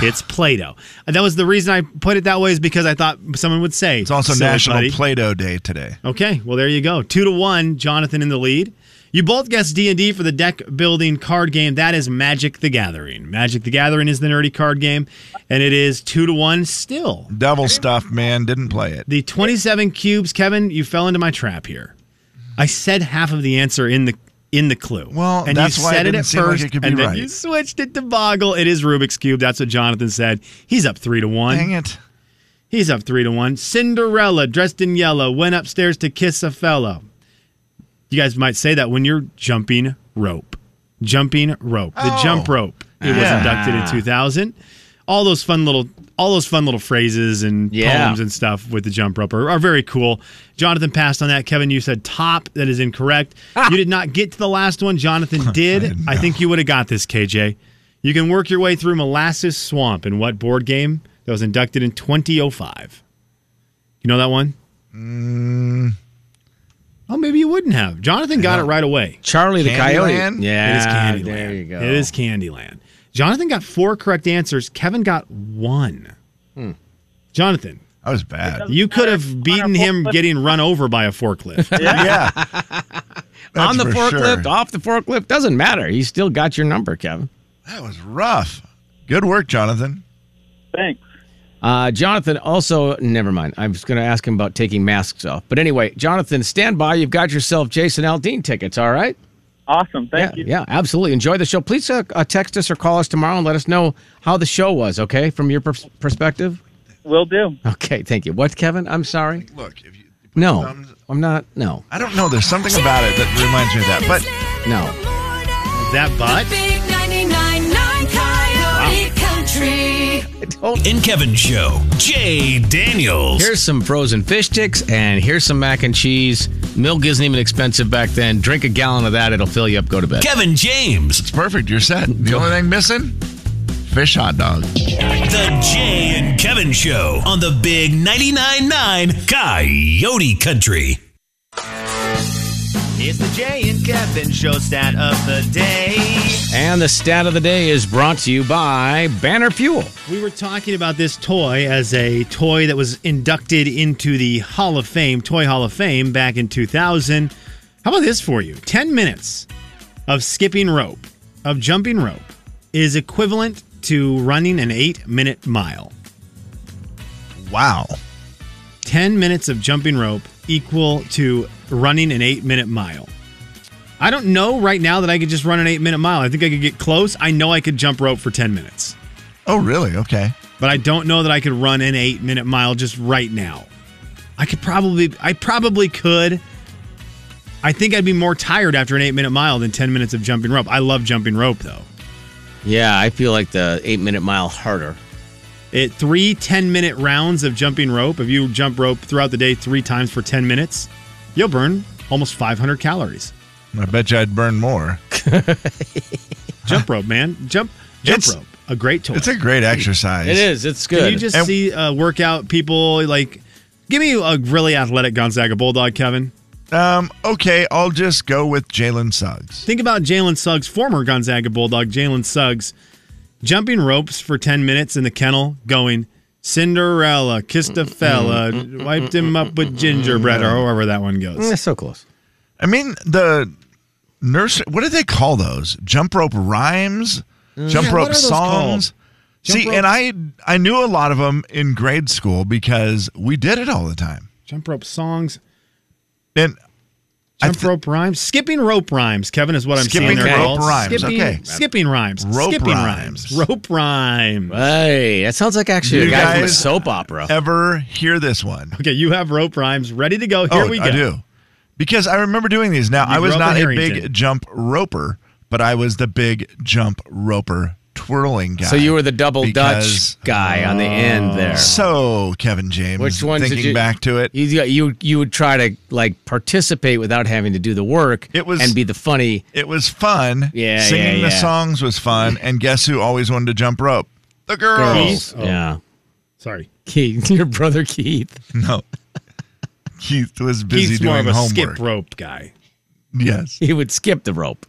G: it's Play-Doh. And that was the reason I put it that way is because I thought someone would say
B: It's also
G: "Silly Oh.
B: National
G: buddy."
B: Play-Doh Day today.
G: Okay, well there you go. Two to one, Jonathan in the lead. You both guessed D and D for the deck building card game. That is Magic the Gathering. Magic the Gathering is the nerdy card game, and it is two to one still.
B: Devil stuff, man. Didn't play it.
G: The twenty-seven cubes, Kevin. You fell into my trap here. I said half of the answer in the in the clue.
B: Well,
G: and
B: that's
G: you
B: why it
G: said it
B: didn't
G: at
B: seem like
G: first,
B: it could be
G: and then
B: right.
G: you switched it to Boggle. It is Rubik's cube. That's what Jonathan said. He's up three to one.
B: Dang it!
G: He's up three to one. Cinderella, dressed in yellow, went upstairs to kiss a fellow. You guys might say that when you're jumping rope. Jumping rope. The
B: Oh.
G: jump rope. It
B: Yeah.
G: was inducted in 2000. All those fun little all those fun little phrases and
F: Yeah.
G: poems and stuff with the jump rope are, are very cool. Jonathan passed on that. Kevin, you said top. That is incorrect.
F: Ah!
G: You did not get to the last one. Jonathan did.
B: didn't
G: I, think you would have got this, KJ. You can work your way through Molasses Swamp in what board game that was inducted in 2005? You know that one?
F: Mm.
G: Oh, maybe you wouldn't have. Jonathan got it right away.
F: Charlie the Coyote.
B: Candyland?
F: Yeah,
G: It is Candyland.
F: There you go.
G: It is Candyland. Jonathan got four correct answers. Kevin got one.
F: Hmm.
G: Jonathan,
B: I was bad.
G: you could have beaten him getting run over by a forklift.
B: yeah.
F: on the
B: That's for
F: forklift,
B: sure.
F: off the forklift, doesn't matter. He still got your number, Kevin.
B: That was rough. Good work, Jonathan.
I: Thanks.
F: Uh, Jonathan also, never mind. I was going to ask him about taking masks off. But anyway, Jonathan, stand by. You've got yourself Jason Aldean tickets, all right?
I: Awesome. Thank you.
F: yeah, yeah, absolutely. Enjoy the show. Please uh, uh, text us or call us tomorrow and let us know how the show was, okay, from your pers- perspective?
I: Will do.
F: Okay, thank you. What, Kevin? I'm sorry.
B: Look, if you put your
F: No,
B: thumbs-
F: I'm not. No,
B: I don't know. There's something about it that reminds me of that. But
F: no.
G: that butt?
J: Big 99.9 Coyote Country.
F: I don't.
D: And Kevin Show. Jay Daniels.
F: Here's some frozen fish sticks, and here's some mac and cheese. Milk isn't even expensive back then. Drink a gallon of that; it'll fill you up. Go to bed.
D: Kevin James.
B: it's perfect. You're set. The only thing missing, fish hot dog.
D: The Jay and Kevin Show on the Big 99.9 9 Coyote Country.
H: It's the Jay and Kevin show stat of the day.
F: And the stat of the day is brought to you by Banner Fuel.
G: We were talking about this toy as a toy that was inducted into the Hall of Fame, Toy Hall of Fame, back in 2000. How about this for you? 10 minutes of skipping rope, of jumping rope, is equivalent to running an eight minute mile.
B: Wow.
G: 10 minutes of jumping rope equal to running an eight minute mile. I don't know right now that I could just run an eight minute mile. I think I could get close. I know I could jump rope for 10 minutes.
B: Oh, really? Okay.
G: but I don't know that I could run an eight minute mile just right now. I could probably, I probably could. I think I'd be more tired after an eight minute mile than 10 minutes of jumping rope. I love jumping rope though.
F: Yeah, I feel like the eight minute mile harder.
G: It, three 10 minute rounds of jumping rope, if you jump rope throughout the day three times for 10 minutes, you'll burn almost 500 calories.
B: I bet you I'd burn more.
G: Jump rope, man. Jump, jump
B: It's-
G: rope. A great toy.
B: It's a great exercise.
F: It is. It's good.
G: Can you just
B: And-
G: see uh, workout people like, give me a really athletic Gonzaga Bulldog, Kevin.
B: Um, okay, I'll just go with Jalen Suggs.
G: Think about Jalen Suggs, former Gonzaga Bulldog, Jalen Suggs, jumping ropes for 10 minutes in the kennel, going Cinderella, kissed a fella,
B: Mm-hmm.
G: wiped him up with gingerbread, or however that one
F: Mm,
G: goes.
F: that's so close.
B: I mean, the nurse, what do they call those? Jump rope rhymes? Jump
G: Mm. Yeah, what are
B: rope
G: those
B: songs?
G: Jump
B: See,
G: rope-
B: and I I knew a lot of them in grade school because we did it all the time.
G: Jump rope songs,
B: And I
G: jump
B: th-
G: rope rhymes, skipping rope rhymes, Kevin, is what I'm
B: Skipping
G: saying. there,
B: rope
G: Paul.
B: rhymes,
G: Skipping,
B: okay.
G: Skipping rhymes.
B: Rope
G: skipping
B: rhymes.
G: rhymes. Rope rhyme.
F: Hey, that sounds like actually
B: You
F: a guy from a
B: guys-
F: soap opera.
B: ever hear this one?
G: Okay, you have rope rhymes ready to go. Here
B: oh,
G: we go.
B: I do. Because I remember doing these. Now, I
G: grew
B: was
G: up
B: not
G: in
B: a
G: Harrington.
B: big jump roper, but I was the big jump roper twirling guy.
F: So you were the double
B: Because-
F: Dutch guy on the end there.
B: So, Kevin James,
F: Which one did
B: thinking
F: you-
B: back to it,
F: You, you you would try to like participate without having to do the work.
B: It was-
F: and be the funny.
B: it was fun.
F: Yeah,
B: Singing
F: yeah,
B: the
F: yeah.
B: songs was fun. And guess who always wanted to jump rope? The girls.
G: Oh.
F: Yeah,
G: Sorry.
F: Keith, your brother Keith.
B: No. Keith was busy
G: He's
B: doing
G: more of a
B: homework.
G: skip rope guy.
B: Yes.
F: He would skip the rope.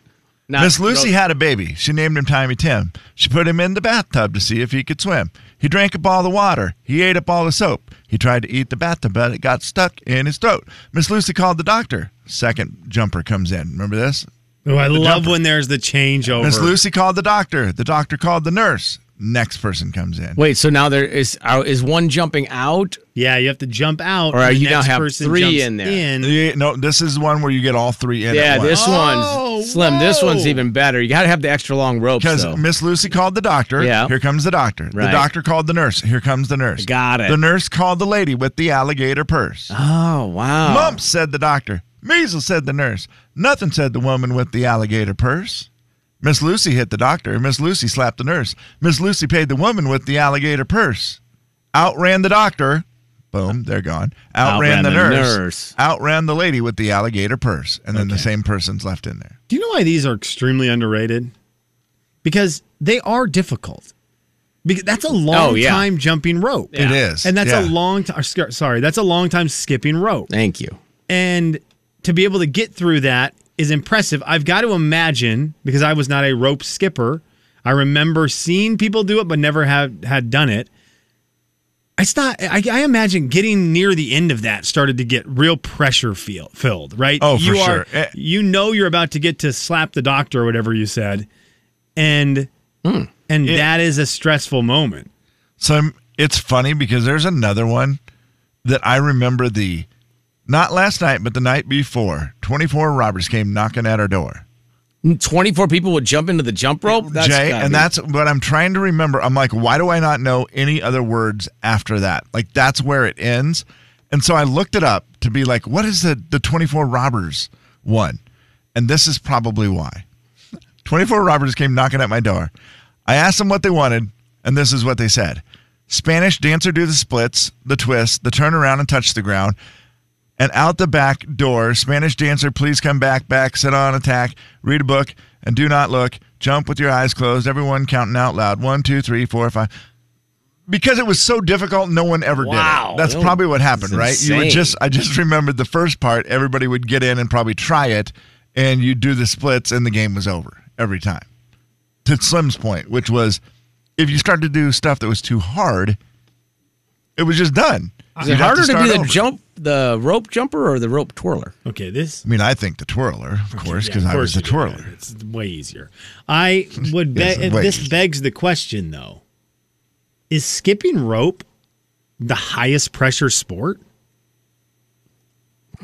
F: Not
B: Miss Lucy
F: rope-
B: had a baby. She named him Timmy Tim. She put him in the bathtub to see if he could swim. He drank up all the water. He ate up all the soap. He tried to eat the bathtub, but it got stuck in his throat. Miss Lucy called the doctor. Second jumper comes in. Remember this?
G: Oh, I love
B: jumper.
G: when there's the changeover.
B: Miss Lucy called the doctor. The doctor called the nurse. Next person comes in.
F: Wait, so now there is are- is one jumping out?
G: Yeah, you have to jump out.
F: Or
G: and the
F: you now
G: next
F: have
G: person
F: three
G: jumps
F: in there.
G: in.
B: Yeah, No, this is one where you get all three in.
F: yeah, this
G: Oh,
F: one's slim. This one's
G: whoa.
F: even better. You got to have the extra long ropes.
B: Because
F: though.
B: Miss Lucy called the doctor.
F: Yeah.
B: Here comes the doctor. The
F: Right.
B: doctor called the nurse. Here comes the nurse.
F: Got it.
B: The nurse called the lady with the alligator purse.
F: oh wow,
B: Mumps, said the doctor. Measles, said the nurse. Nothing, said the woman with the alligator purse. Miss Lucy hit the doctor. Miss Lucy slapped the nurse. Miss Lucy paid the woman with the alligator purse. Outran the doctor. Boom, they're gone. Outran,
F: Outran
B: the,
F: the
B: nurse.
F: nurse.
B: Outran the lady with the alligator purse. And then the same person's left in there.
G: Do you know why these are extremely underrated? Because they are difficult. Because that's a long
F: Oh, yeah.
G: time jumping rope.
B: It is.
G: And that's a
B: Yeah.
G: long time. Sorry, that's a long time skipping rope.
F: Thank you.
G: And to be able to get through that is impressive. I've got to imagine because I was not a rope skipper. I remember seeing people do it, but never have had done it. It's not. I, I imagine getting near the end of that started to get real pressure feel, filled, right?
B: Oh, for
G: you
B: sure. Eh.
G: Are, you know you're about to get to slap the doctor or whatever you said, and
B: Hmm.
G: and that is a stressful moment.
B: So I'm- it's funny because there's another one that I remember the not last night, but the night before. 24 robbers came knocking at our door.
F: Twenty four people would jump into the jump rope. That's
B: Jay,
F: gotta
B: and
F: be-
B: that's what I'm trying to remember. I'm like, why do I not know any other words after that? Like that's where it ends. And so I looked it up to be like, what is the the 24 robbers one? And this is probably why. 24 robbers came knocking at my door. I asked them what they wanted, and this is what they said. Spanish dancer do the splits, the twist, the turn around and touch the ground. And out the back door, Spanish dancer, please come back, back, sit on attack, read a book, and do not look. Jump with your eyes closed. Everyone counting out loud. One, two, three, four, five. Because it was so difficult, no one ever did
F: Wow.
B: it. That's
F: Oh,
B: probably what happened,
F: that's
B: right? You would
F: insane.
B: just I just remembered the first part. Everybody would get in and probably try it, and you do the splits, and the game was over every time. To Slim's point, which was if you started to do stuff that was too hard, it was just done.
F: Is it
B: You'd have
F: harder to,
B: start
F: be the
B: over.
F: jump, the rope jumper, or the rope twirler?
G: Okay, this
B: I mean, I think the twirler, of course,
G: Yeah,
B: because
G: of
B: I was
G: course
B: the
G: you do.
B: twirler.
G: It's way easier. I would
B: Yes,
G: bet.
B: way
G: this
B: easier.
G: begs the question, though: Is skipping rope the highest pressure sport?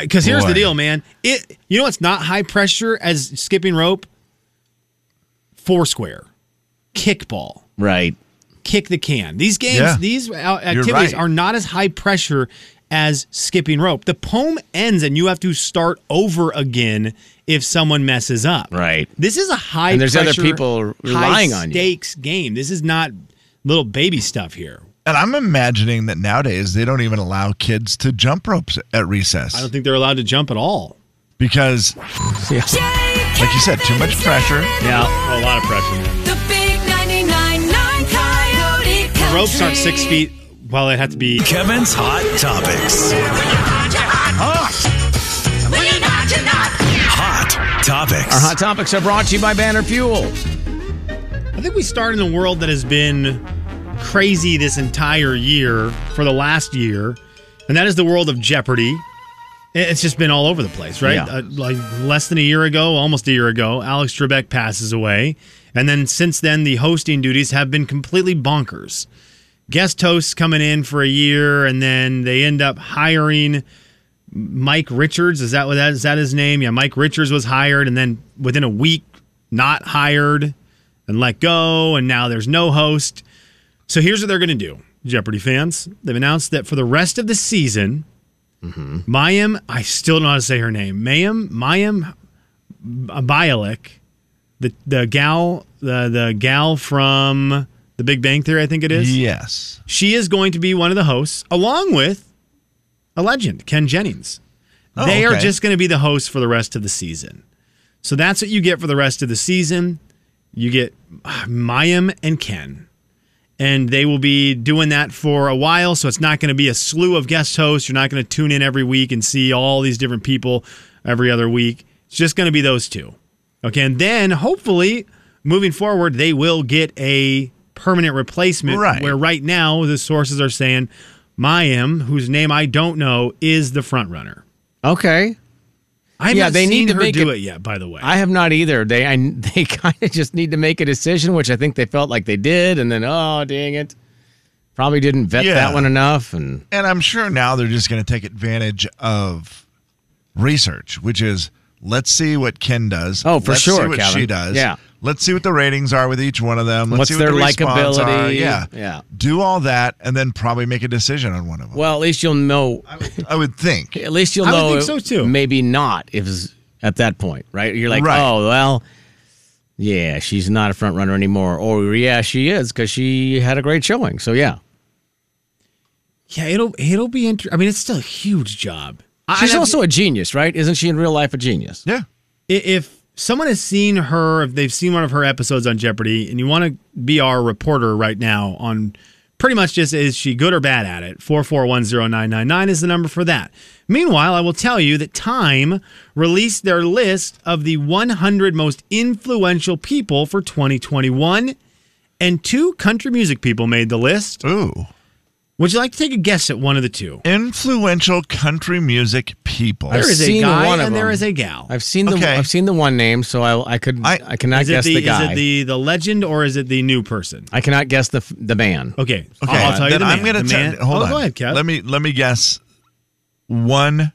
G: Because here's
B: Boy.
G: the deal, man. It you know what's not high pressure as skipping rope? Foursquare. kickball,
F: Right.
G: kick the can. These games,
B: Yeah.
G: these out- activities
B: right.
G: are not as high pressure as skipping rope. The poem ends and you have to start over again if someone messes up.
F: Right.
G: This is a high
F: And there's other
G: pressure,
F: people relying on you.
G: stakes game. This is not little baby stuff here.
B: And I'm imagining that nowadays they don't even allow kids to jump ropes at recess
G: I don't think they're allowed to jump at all.
B: because, like you said, too much pressure.
G: a lot of pressure.
J: The big 99.9 Coyote Country.
G: Ropes aren't six feet. Well, it had to be.
D: Kevin's Hot Topics. Hot Topics.
F: Our hot topics are brought to you by Banner Fuel.
G: I think we start in a world that has been crazy this entire year for the last year, and that is the world of Jeopardy. It- It's just been all over the place, right?
F: Yeah.
G: Uh, like less than a year ago, almost a year ago, Alex Trebek passes away. And then since then, the hosting duties have been completely bonkers. Guest hosts coming in for a year, and then they end up hiring Mike Richards. Is that what that is that his name? Yeah, Mike Richards was hired, and then within a week, not hired and let go, and now there's no host. So here's what they're going to do, Jeopardy fans. They've announced that for the rest of the season, Mayim, I still don't know how to say her name, Mayim, Mayim Bialik, the the gal, the the gal from The Big Bang Theory, I think it is.
B: Yes.
G: She is going to be one of the hosts, along with a legend, Ken Jennings.
B: Oh,
G: they are
B: okay.
G: just going to be the hosts for the rest of the season. So that's what you get for the rest of the season. You get ah, Mayim and Ken. And they will be doing that for a while. So it's not going to be a slew of guest hosts. You're not going to tune in every week and see all these different people every other week. It's just going to be those two. Okay. And then hopefully moving forward, they will get a permanent replacement
B: Right.
G: where right now the sources are saying Mayim, whose name I don't know, is the front runner.
F: Okay.
G: I've
F: Yeah,
G: not
F: they
G: seen
F: need to
G: her
F: make
G: do
F: it-
G: it, yet. By the way,
F: I have not either. They I, they kind of just need to make a decision, which I think they felt like they did, and then oh dang it, probably didn't vet
B: Yeah.
F: that one enough. And
B: And I'm sure now they're just going to take advantage of research, which is let's see what Ken does.
F: Oh, for
B: Let's
F: sure,
B: See what
F: Kevin.
B: she does.
F: Yeah.
B: Let's see what the ratings are with each one of them. Let's
F: What's
B: see what
F: their
B: the response
F: likability?
B: are. Yeah.
F: Yeah.
B: Do all that and then probably make a decision on one of them.
F: well, at least you'll know.
B: I would think.
F: At least you'll
G: I would
F: know.
G: think so, too.
F: Maybe not if it's at that point, right? You're like,
B: Right.
F: oh well, yeah, she's not a front runner anymore, or yeah, she is because she had a great showing. So yeah,
G: yeah, it'll it'll be interesting. I mean, it's still a huge job. I-
F: she's
G: and I-
F: also a genius, right? Isn't she in real life a genius?
B: Yeah.
G: i- if someone has seen her, if they've seen one of her episodes on Jeopardy, and you want to be our reporter right now on pretty much just is she good or bad at it? Four four one zero nine nine nine is the number for that. Meanwhile, I will tell you that Time released their list of the 100 most influential people for 2021, and two country music people made the list.
B: Ooh.
G: Would you like to take a guess at one of the two?
B: Influential country music people.
G: There is a
F: seen
G: guy
F: one of
G: and there
F: them.
G: is a gal.
F: I've seen the
B: Okay.
F: I've seen the one name, so I I could I,
B: I-
F: cannot
G: is it
F: guess
G: the,
F: the, guy.
G: Is it the the legend or is it the new person?
F: I cannot guess the f- the man.
G: Okay.
B: Okay,
G: I'll, I'll tell you
B: then
G: the
B: I'm
G: man.
B: gonna
G: The
B: tell-
G: man-
B: Hold
G: oh,
B: on.
G: Go ahead, Kev.
B: Let me let me guess. One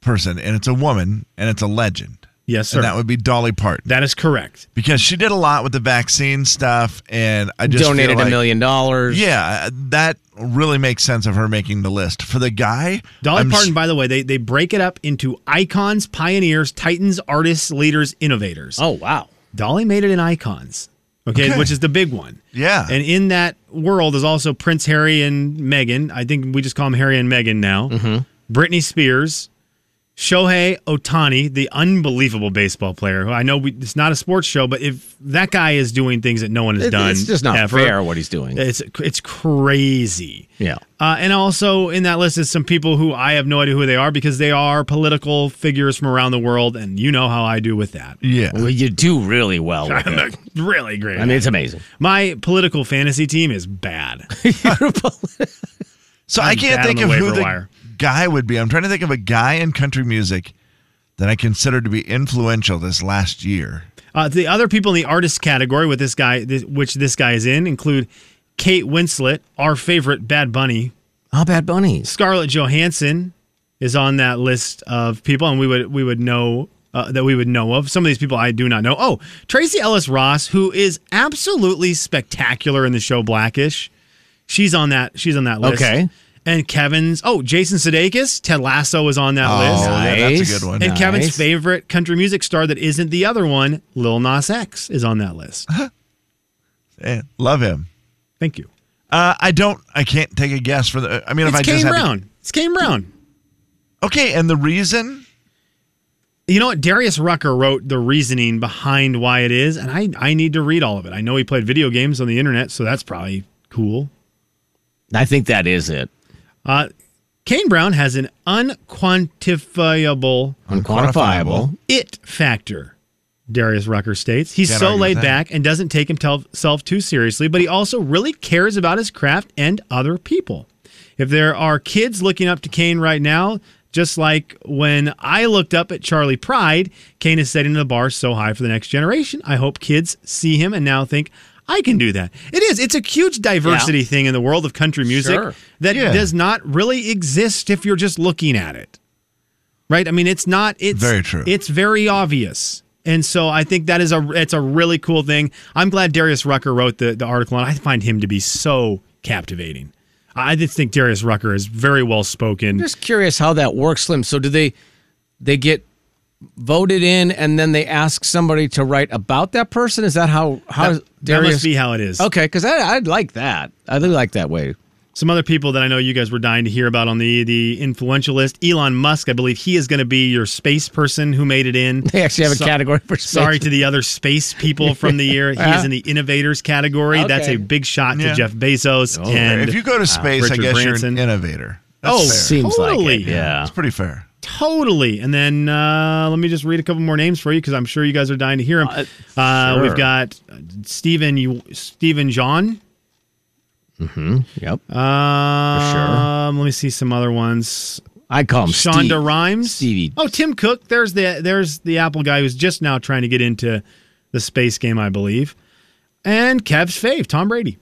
B: person, and it's a woman, and it's a legend.
G: Yes, sir.
B: And that would be Dolly Parton
G: that is correct.
B: because she did a lot with the vaccine stuff, and I just feel
F: Donated
B: like-
F: a million dollars.
B: Yeah, that really makes sense of her making the list for the guy.
G: Dolly
B: I'm s-
G: Parton, by the way, they they break it up into icons, pioneers, titans, artists, leaders, innovators.
F: Oh wow.
G: Dolly made it in icons. Okay,
B: Okay.
G: which is the big one.
B: Yeah.
G: And in that world is also Prince Harry and Meghan. I think we just call them Harry and Meghan now.
F: Mm-hmm.
G: Britney Spears, Shohei Otani, the unbelievable baseball player. Who I know we, it's not a sports show, but if that guy is doing things that no one has
F: It-
G: done,
F: it's just not
G: ever,
F: fair what he's doing.
G: It's it's crazy.
F: Yeah.
G: Uh, and also in that list is some people who I have no idea who they are because they are political figures from around the world, and you know how I do with that.
B: Yeah.
F: Well, you do really well. With it.
G: Really great.
F: I mean, it's amazing.
G: my political fantasy team is bad.
B: So I can't
G: bad
B: think
G: on
B: of
G: the
B: who
G: waiver
B: the
G: wire.
B: guy would be. I'm trying to think of a guy in country music that I consider to be influential this last year.
G: Uh, the other people in the artist category with this guy, this, which this guy is in, include Kate Winslet, our favorite Bad Bunny,
F: Oh, Bad Bunnies.
G: Scarlett Johansson is on that list of people, and we would we would know uh, that we would know of. Some of these people I do not know. Oh, Tracy Ellis Ross, who is absolutely spectacular in the show Blackish. She's on that. She's on that list.
F: Okay.
G: And Kevin's. Oh, Jason Sudeikis, Ted Lasso is on that
F: Oh,
G: list.
B: yeah, that's a good one.
G: And
F: Nice.
G: Kevin's favorite country music star that isn't the other one, Lil Nas X, is on that list.
B: Eh, love him.
G: Thank you.
B: Uh, I don't. I can't take a guess for the. I mean, if
G: it's
B: I
G: Kane
B: just had to-
G: Brown. It's Kane Brown.
B: okay, and the reason
G: You know what? Darius Rucker wrote the reasoning behind why it is, and I, I need to read all of it. I know he played video games on the internet, so that's probably cool.
F: I think that is it.
G: Uh, Kane Brown has an unquantifiable
F: Unquantifiable.
G: it factor. Darius Rucker states he's
B: Can't
G: so
B: argue with
G: laid
B: that.
G: back and doesn't take himself too seriously, but he also really cares about his craft and other people. If there are kids looking up to Kane right now, just like when I looked up at Charlie Pride, Kane is setting the bar so high for the next generation. I hope kids see him and now think I can do that. It is. It's a huge diversity thing in the world of country music
F: Sure.
G: that
B: Yeah.
G: does not really exist if you're just looking at it. Right? I mean, it's not it's
B: Very true.
G: It's very obvious. And so I think that is a it's a really cool thing. I'm glad Darius Rucker wrote the, the article and I find him to be so captivating. I just think Darius Rucker is very well spoken.
F: just curious how that works, Slim. So do they they get voted in and then they ask somebody to write about that person? Is that how how
G: That, that
F: Darius?
G: must be how it is.
F: okay, because I I'd like that. I do like that way.
G: Some other people that I know you guys were dying to hear about on the the influential list. Elon Musk, I believe he is going to be your space person who made it in.
F: They actually have a
G: So-
F: category for space.
G: Sorry to the other space people from the year. He is in the innovators category. That's
F: Okay.
G: a big shot to
B: Yeah.
G: Jeff Bezos. Oh, and uh,
B: if you go to space, I
G: Richard
B: guess
G: Branson.
B: you're an innovator. That's
G: oh,
B: fair.
F: Seems like it,
G: totally,
F: yeah.
B: It's pretty fair.
G: totally. And then uh, let me just read a couple more names for you because I'm sure you guys are dying to hear them. Uh, We've
F: sure.
G: got uh, Stephen you, Stephen John.
F: Yep.
G: Um, Let me see some other ones.
F: I call him
G: Shonda
F: Um, Steve.
G: Rhimes.
F: Stevie.
G: Oh, Tim Cook. There's the there's the Apple guy who's just now trying to get into the space game, I believe. And Kev's fave, Tom Brady.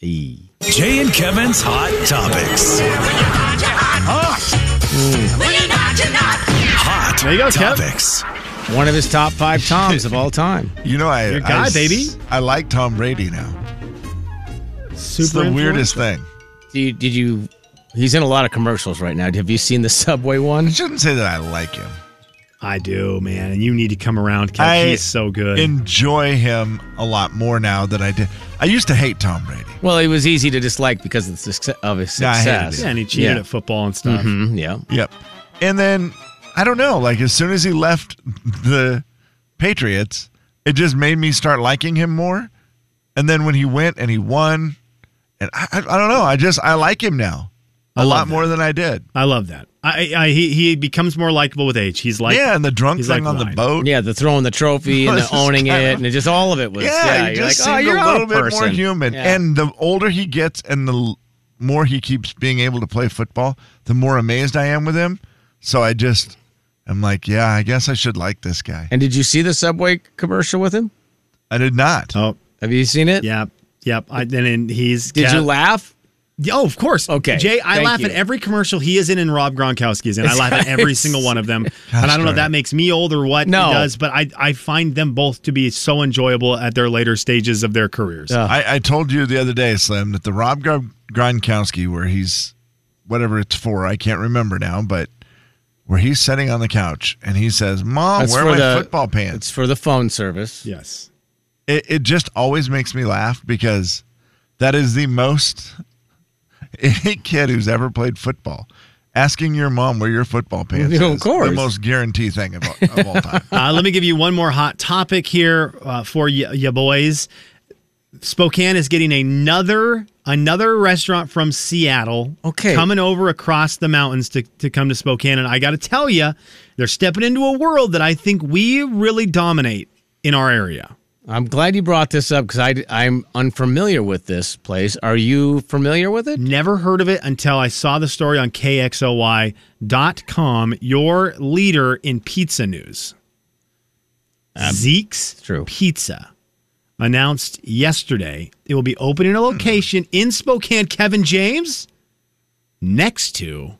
F: E.
D: Jay and Kevin's Hot Topics. Hot
G: There you go, Kev.
D: Topics.
F: One of his top five toms of all time.
B: You know, I
G: Your guy,
B: I s-
G: baby.
B: I like Tom Brady now.
G: Super
B: It's the
G: influential.
B: weirdest thing.
F: Did you, did you? He's in a lot of commercials right now. Have you seen the Subway one?
B: I shouldn't say that I like him.
G: I do, man. And you need to come around, Kev.
B: I
G: Oh, He's so good.
B: Enjoy him a lot more now than I did. I used to hate Tom Brady.
F: Well, it was easy to dislike because of, the success, of his
B: Yeah, I
F: success.
B: hated it.
G: yeah, and he cheated
F: Yeah.
G: at football and stuff.
F: Mhm, yeah.
B: Yep. And then I don't know, like as soon as he left the Patriots, it just made me start liking him more. And then when he went and he won, and I, I, I don't know, I just I like him now a
G: love
B: lot
G: that.
B: more than I did.
G: I love that. I, I he, he becomes more likable with age. He's like,
B: yeah, and the drunk
G: he's
B: thing
G: like
B: on the
G: mine.
B: boat.
F: Yeah, the throwing the trophy and the
B: This is
F: owning it,
B: kind of-
F: and it just all of it was.
B: Yeah,
F: Yeah,
B: he
F: you're
B: just
F: like, oh,
B: seemed
F: you're
B: a little bit
F: person.
B: more human.
F: Yeah.
B: And the older he gets, and the l- more he keeps being able to play football, the more amazed I am with him. So I just am like, yeah, I guess I should like this guy.
F: And did you see the Subway commercial with him?
B: I did not.
G: oh,
F: Have you seen it?
G: yep, yep. I, and then he's
F: Did
G: Kev-
F: you laugh?
G: Oh, of course.
F: Okay,
G: Jay, I
F: thank
G: laugh
F: you.
G: at every commercial he is in and Rob Gronkowski is in. I laugh at every single one of them. and I don't know
B: darn
G: if that
B: it.
G: makes me old or what
F: No.
G: it does, but I, I find them both to be so enjoyable at their later stages of their careers.
F: Yeah.
B: I, I told you the other day, Slim, that the Rob Gr- Gronkowski, where he's whatever it's for, I can't remember now, but where he's sitting on the couch and he says, "Mom,
F: That's
B: where
F: for
B: are my
F: the-
B: football
F: It's
B: pants?"
F: for the phone service.
G: Yes.
B: It, it just always makes me laugh because that is the most any kid who's ever played football asking your mom where your football pants.
F: Of
B: is
F: course.
B: the most guarantee thing of, all- of all time.
G: uh, let me give you one more hot topic here uh, for y- ya boys. Spokane is getting another another restaurant from Seattle.
F: Okay.
G: coming over across the mountains to to come to Spokane, and I got to tell you, they're stepping into a world that I think we really dominate in our area.
F: I'm glad you brought this up because I'm unfamiliar with this place. Are you familiar with it?
G: Never heard of it until I saw the story on KXOY.com, your leader in pizza news.
B: Um,
G: Zeke's
F: true.
G: Pizza announced yesterday it will be opening a location in Spokane, Kevin James, next to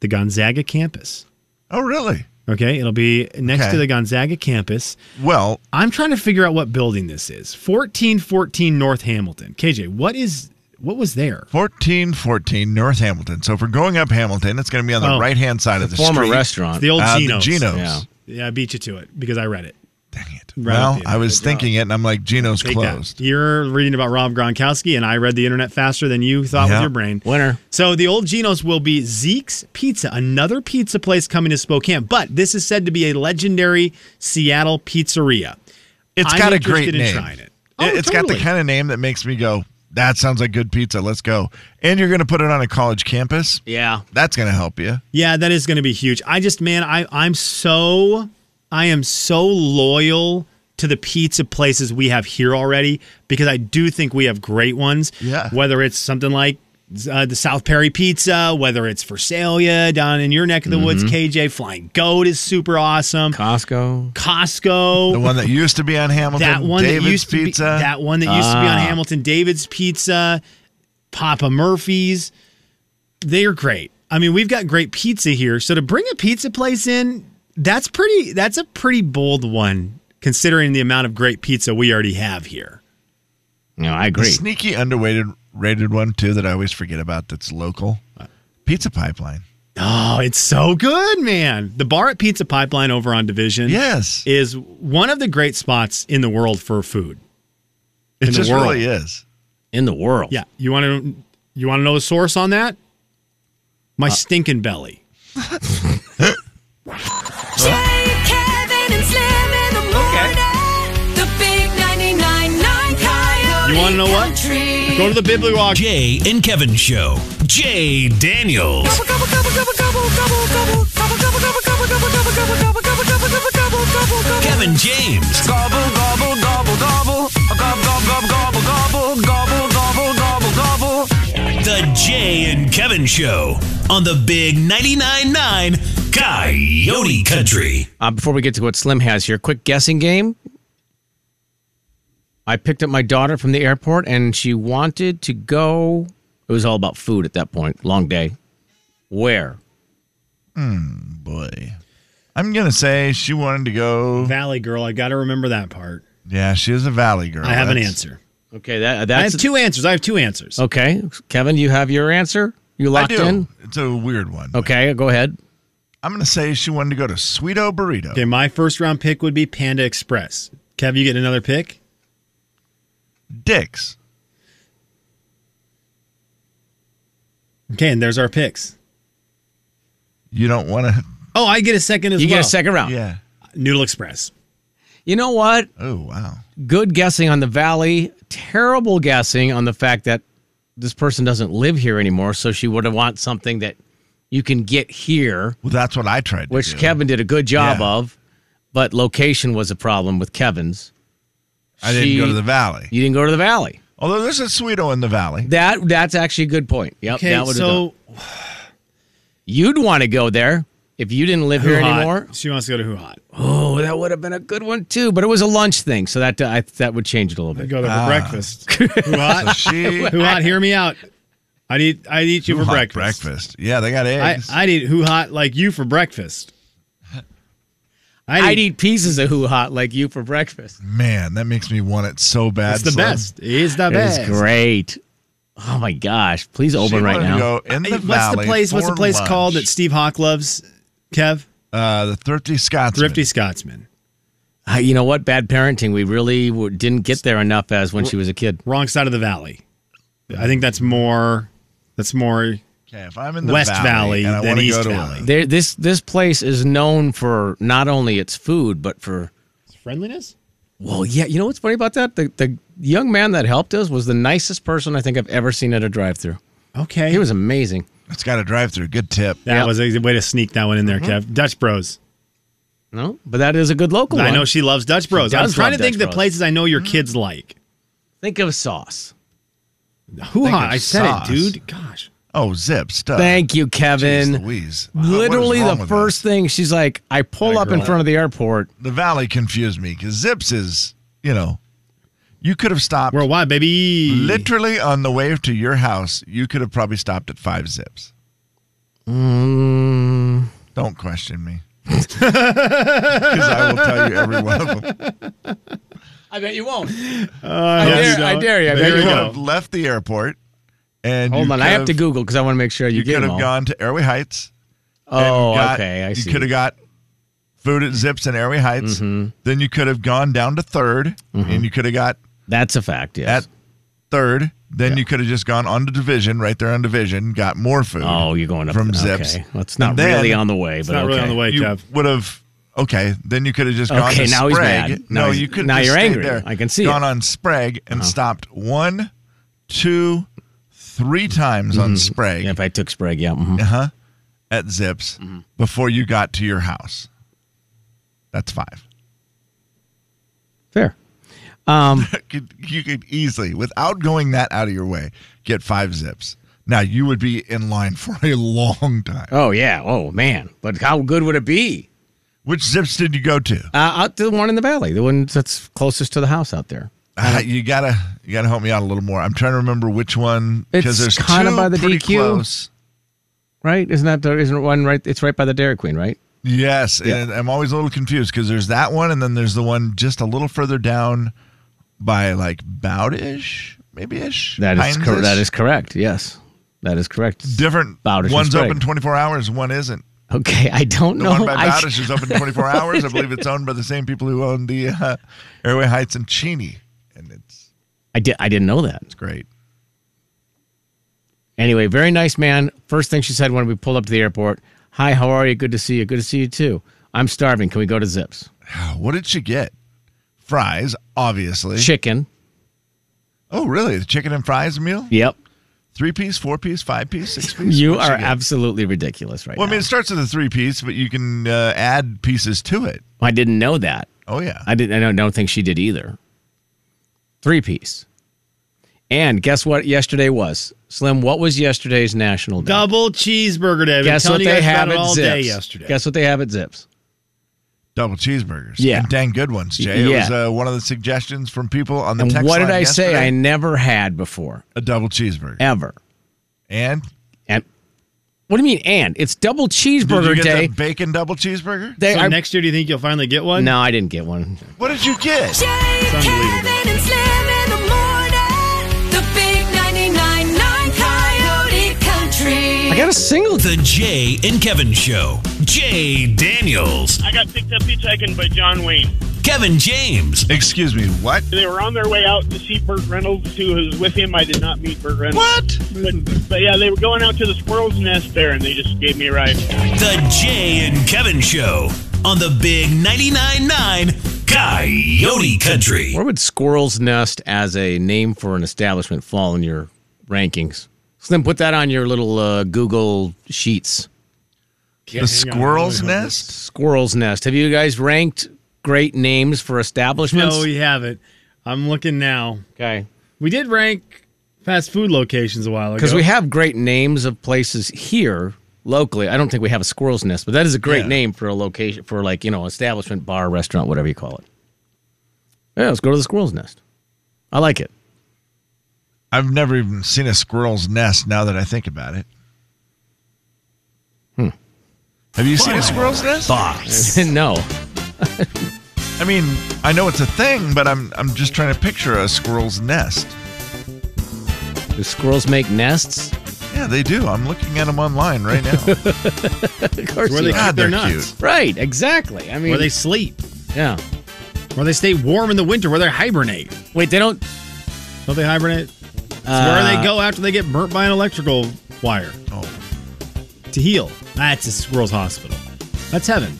G: the Gonzaga campus.
B: oh, really?
G: Okay, it'll be next
B: Okay.
G: to the Gonzaga campus.
B: Well,
G: I'm trying to figure out what building this is. 1414 North Hamilton. KJ, what is what was there?
B: 1414 North Hamilton. So if we're going up Hamilton, it's going to be on the
G: Oh.
B: right hand side of the
F: Former
B: street.
F: restaurant.
G: The old
B: Uh, the
G: Geno's.
B: Geno's.
F: Yeah.
G: Yeah, I beat you to it because I read it.
B: Dang it.
G: Right
B: well,
G: up there.
B: I was
G: Good job.
B: thinking it, and I'm like, Geno's
G: Take
B: closed.
G: That. You're reading about Rob Gronkowski, and I read the internet faster than you thought
B: Yeah.
G: with your brain.
F: Winner.
G: So the old Geno's will be Zeke's Pizza, another pizza place coming to Spokane. But this is said to be a legendary Seattle pizzeria.
B: It's
G: I'm
B: got a
G: interested
B: great
G: in
B: name.
G: trying it.
B: It-
G: Oh,
B: it's got the
G: totally.
B: kind of name that makes me go, that sounds like good pizza. Let's go. And you're going to put it on a college campus.
F: Yeah.
B: That's going to help you.
G: Yeah, that is going to be huge. I just, man, I I'm so I am so loyal to the pizza places we have here already because I do think we have great ones.
B: Yeah.
G: Whether it's something like uh, the South Perry Pizza, whether it's Versalia down in your neck
B: Mm-hmm.
G: of the woods, KJ Flying Goat is super awesome.
F: Costco.
G: Costco,
B: The one that used to be on Hamilton.
G: that one
B: David's
G: that used to
B: Pizza.
G: be that one that used to be on Hamilton, David's Pizza, Papa Murphy's. They're great. I mean, we've got great pizza here. So to bring a pizza place in, that's pretty. That's a pretty bold one, considering the amount of great pizza we already have here.
F: No, I
B: the
F: agree.
B: sneaky underrated rated one too that I always forget about that's local. Pizza Pipeline.
G: Oh, it's so good, man. The bar at Pizza Pipeline over on Division,
B: Yes.
G: is one of the great spots in the world for food.
B: It
G: in the
B: just
G: world.
B: really is.
F: In the world.
G: Yeah, you want to you want to know the source on that? My
F: Uh,
G: stinking belly.
J: Jay, Kevin, and Slim in the morning. The big 99.9 Coyote
G: You wanna know what?
J: Country.
G: Go to the Bibliwalk.
D: Jay and Kevin Show. Jay Daniels. Kevin James. Gobble, gobble, gobble, gobble. Gobble, gobble, gobble, gobble, gobble, gobble, gobble. The Jay and Kevin Show on the Big 99.9 9 Coyote Country.
F: Uh, before we get to what Slim has here, quick guessing game. I picked up my daughter from the airport and she wanted to go. It was all about food at that point. Long day. Where?
B: Boy. I'm gonna say she wanted to go.
G: Valley Girl. I got to remember that part.
B: Yeah, she is a valley girl.
G: I have an
B: That's-
G: answer.
F: Okay, that uh,
G: I
F: Oh, that's
G: have two answers. I have two answers.
F: Okay, Kevin, you have your answer. You
B: I
F: locked
B: do.
F: in.
B: It's a weird one. but
F: Okay, go ahead.
B: I'm gonna say she wanted to go to Sweeto Burrito.
G: Okay, my first round pick would be Panda Express. Kev, you get another pick.
B: Dicks.
G: Okay, and there's our picks.
B: You don't wanna
G: Oh, I get a second as
F: You
G: well.
F: get a second round.
B: Yeah.
G: Noodle Express.
F: You know what?
B: Oh wow.
F: Good guessing on the valley. Terrible guessing on the fact that this person doesn't live here anymore, so she would have want something that you can get here,
B: Well that's what I tried to
F: which
B: do.
F: Kevin did a good job
B: Yeah.
F: of, but location was a problem with Kevin's.
B: I didn't
F: she-
B: go to the valley.
F: You didn't go to the valley.
B: Although there's a Sweeto in the valley.
F: That that's actually a good point. Yep.
G: Okay,
F: that would've done-
G: so
F: you'd want to go there if you didn't live here
G: Hoo Hot.
F: anymore.
G: She wants to go to Who Hot.
F: Oh, that would have been a good one too, but it was a lunch thing, so that I, that would change it a little bit.
G: Go there for breakfast. Who Hot.
B: She
G: Who Hot. Hear me out. I'd eat. I'd eat you for
B: Hot
G: breakfast.
B: breakfast. Yeah, they got
G: I,
B: eggs.
G: I'd eat Who Hot like you for breakfast.
F: I'd eat pieces of hoo hot like you for breakfast.
B: Man, that makes me want it so bad.
G: It's the
B: Slim.
G: best. It's the
F: It's
G: best.
F: great. Oh my gosh! Please
B: She
F: open right
B: wanted to
F: now.
B: go in the
G: Hey, what's
B: valley
G: the place? What's the
B: for
G: place called that
B: lunch.
G: Steve Hawk loves? Kev,
B: uh, the Thrifty Scotsman.
G: Thrifty Scotsman.
F: Ah, you know what? Bad parenting. We really w- didn't get there enough as when she was a kid.
G: Wrong side of the valley. I think that's more. That's more.
B: Okay, if I'm in the
G: West Valley,
B: valley, and I
G: then
B: wanna
G: East
B: go to
G: Valley.
B: a-
F: There, this this place is known for not only its food, but for
G: Friendliness.
F: well, yeah. You know what's funny about that? The the young man that helped us was the nicest person I think I've ever seen at a drive-through.
G: Okay.
F: He was amazing.
B: it's got a drive-through. Good tip.
G: that
F: Yep.
G: was a way to sneak that one in there, Kev. Dutch Bros.
F: No, but that is a good local.
G: I
F: one.
G: know she loves Dutch Bros. I'm
F: does
G: trying
F: love
G: to think
F: Dutch
G: the
F: Bros.
G: places I know your kids like.
F: Think of sauce.
G: Hoo ha!
B: of
G: I said
B: sauce.
G: it, dude. Gosh.
B: Oh, zip stuff.
F: Thank you,
B: Jeez
F: Kevin.
B: Louise. Wow, what is
F: Literally
B: wrong
F: the
B: with
F: first thing she's like, I pull
G: Atta
F: up in
G: girl.
F: front of the airport.
B: us? The valley confused me because zips is you know, you could have stopped
G: Worldwide, baby.
B: literally on the way to your house. You could
F: Mm.
B: have probably stopped at five zips. Don't question me. Because I will tell you every one of them.
F: I bet you won't. I, dare, I dare you. I
G: There
F: bet
G: you
F: you
B: could
G: go.
F: won't.
B: have left the airport, and
F: Hold
B: you
F: on.
B: could
F: I have to Google because I want to make sure you,
B: You
F: get
B: could
F: them
B: have
F: all.
B: gone to Airway Heights. and
F: oh,
B: got-
F: okay. I see. Mm-hmm.
B: You could have got food at Zips in Airway Heights. Then you could have gone down to 3rd and you could have got
F: That's a fact. Yes.
B: at third. Then you could have just gone on to Division, right there on Division, got more food.
F: oh, you're going up
B: from
F: okay.
B: Zips.
F: Well, it's not
B: And then-
F: really on the way, but
G: not
F: okay.
G: really on the way,
B: You
G: Kev.
B: would have. Okay, then you could have just gone
F: Okay,
B: to
F: now he's
B: Sprague.
F: mad. Now
B: No,
F: he's-
B: you could
F: now
B: have
F: you're
B: stayed
F: angry.
B: There,
F: I can see
B: Gone
F: it. Uh-huh.
B: on Sprague and stopped one, two, three times
F: Mm-hmm.
B: on Sprague uh-huh,
F: Yeah, if I took Sprague, yeah. mhm.
B: at Zips
F: Mm-hmm.
B: before you got to your house. That's five.
F: Fair.
B: could, you could easily, without going that out of your way, get five zips. Now you would be in line for a long time.
F: Oh yeah. Oh man. But how good would it be?
B: Which zips did you go to?
F: Uh, out to the one in the valley, the one that's closest to the house out there.
B: Uh, you gotta, you gotta help me out a little more. I'm trying to remember which one
F: It's
B: because there's
F: kinda
B: two
F: by the
B: pretty
F: DQ.
B: close.
F: Right? Isn't that the, isn't it one right? It's right by the Dairy Queen, right?
B: Yes, and I'm always a little confused because there's that one, and then there's the one just a little further down by like Bowdish, maybe ish.
F: That is cor-
B: Hines-ish?
F: that is correct. Yes, that is correct.
B: different.
F: Bowdish and
B: One's
F: Sprague.
B: open 24 hours, one isn't.
F: Okay, I don't
B: The
F: know.
B: one by
F: I-
B: Bowdish is open 24 hours. I believe it's owned by the same people who own the uh, Airway Heights and Cheney, and it's
F: I did. I didn't know that.
B: great.
F: Anyway, very nice man. First thing she said when we pulled up to the airport, "Hi, how are you? Good to see you. Good to see you too. I'm starving. Can we go to Zips?
B: What did she get? Fries, obviously.
F: Chicken.
B: oh, really? The chicken and fries meal?
F: Yep.
B: Three piece, four piece, five piece, six piece.
F: You
B: What'd she
F: are
B: get?
F: absolutely ridiculous right
B: Well, I
F: now.
B: mean, it starts with a three piece, but you can uh, add pieces to it.
F: I didn't know that.
B: Oh yeah.
F: I didn't. I don't, don't think she did either. Three piece. And guess what? Yesterday was Slim. What was yesterday's national day?
G: Double cheeseburger day. I've been
F: guess
G: telling
F: what
G: you
F: they
G: guys about
F: have
G: it
F: at
G: all
F: Zips.
G: day yesterday.
F: Guess what they have at Zips?
B: Double cheeseburgers.
F: Yeah.
B: And dang good ones, Jay. It
F: Yeah.
B: was uh, one of the suggestions from people on the
F: And
B: text
F: what did
B: line
F: I say?
B: yesterday.
F: I never had before,
B: a double cheeseburger.
F: ever.
B: And
F: And what do you mean? And it's double
B: did you
F: cheeseburger
B: get
F: day.
B: the bacon double cheeseburger?
F: They
G: so
F: are.
G: next year, do you think you'll finally get one?
F: no, I didn't get one.
B: What did you get?
J: Jay, Kevin, and Slim in the morning. The big 99.9 Coyote Country.
F: I got a single.
D: The Jay and Kevin Show. Jay Daniels,
K: I got picked up hitchhiking by John Wayne.
D: Kevin James,
B: Excuse me, what?
K: They were on their way out to see Burt Reynolds, who was with him. I did not meet Burt Reynolds.
B: What?
K: But, but yeah, they were going out to the squirrel's nest there, and they just gave me a ride.
D: The Jay and Kevin Show on the Big 99.9 9 Coyote Country.
F: Where would Squirrel's Nest as a name for an establishment fall in your rankings? Slim, put that on your little uh, Google Sheets.
B: The squirrel's nest?
F: Squirrel's Nest. Have you guys ranked great names for establishments?
G: No, we haven't. I'm looking now.
F: Okay.
G: We did rank fast food locations a while ago.
F: Because we have great names of places here locally. I don't think we have a Squirrel's Nest, but that is a great name for a location, for like, you know, establishment, bar, restaurant, whatever you call it. Yeah, let's go to the Squirrel's Nest. I like it.
B: I've never even seen a squirrel's nest now that I think about it. Hmm. Have you seen a squirrel's nest?
D: Boss.
F: no.
B: I mean, I know it's a thing, but I'm I'm just trying to picture a squirrel's nest.
F: Do squirrels make nests?
B: Yeah, they do. I'm looking at them online right now.
F: Of course.
G: where
F: you are.
G: they keep
B: God,
G: their
B: they're
G: nuts,
F: Right, exactly. I mean,
G: where they sleep,
F: yeah.
G: where they stay warm in the winter, where they hibernate.
F: Wait, they don't. Uh,
G: Don't they hibernate? It's where they go after they get burnt by an electrical wire.
B: Oh.
G: To heal. That's a squirrel's hospital. That's heaven.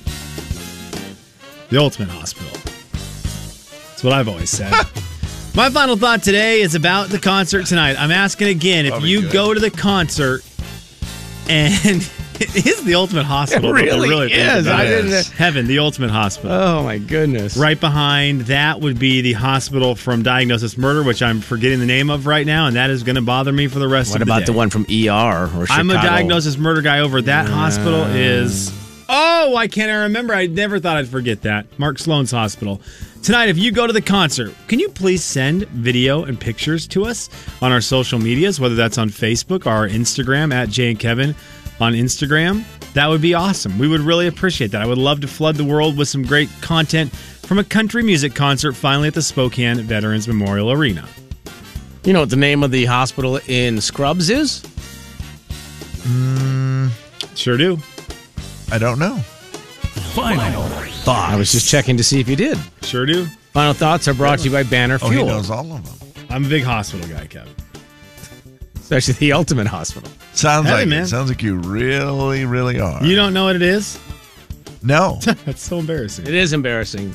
G: The ultimate hospital. That's what I've always said. My final thought today is about the concert tonight. I'm asking again if
B: Probably
G: you
B: good.
G: go to the concert and it is the ultimate hospital. but
F: really
G: really think
F: is.
G: about
B: I
G: it.
B: didn't-
G: Heaven, the ultimate hospital.
F: Oh my goodness.
G: Right behind that would be the hospital from Diagnosis Murder, which I'm forgetting the name of right now, and that is going to bother me for the rest
F: What
G: of the
F: about the
G: day.
F: one from ER or Chicago?
G: I'm a Diagnosis Murder guy over at that hospital is. Oh, why can't I remember? I never thought I'd forget that. Mark Sloan's hospital. Tonight, if you go to the concert, can you please send video and pictures to us on our social medias, whether that's on Facebook or our Instagram at Jay and Kevin on Instagram? That would be awesome. We would really appreciate that. I would love to flood the world with some great content from a country music concert finally at the Spokane Veterans Memorial Arena.
F: You know what the name of the hospital in Scrubs is?
G: Sure do.
B: I don't know.
D: Final
F: I was just checking to see if you did.
G: Sure do.
F: Final thoughts are brought to you by Banner
B: Oh, he
F: Fuel,
B: knows all of them.
G: I'm a big hospital guy, Kevin.
F: especially the Ultimate Hospital.
B: Sounds
G: Hey,
B: like
G: man.
B: it. Sounds like you really, really are.
G: You don't know what it is?
B: no.
G: That's so embarrassing.
F: It is embarrassing.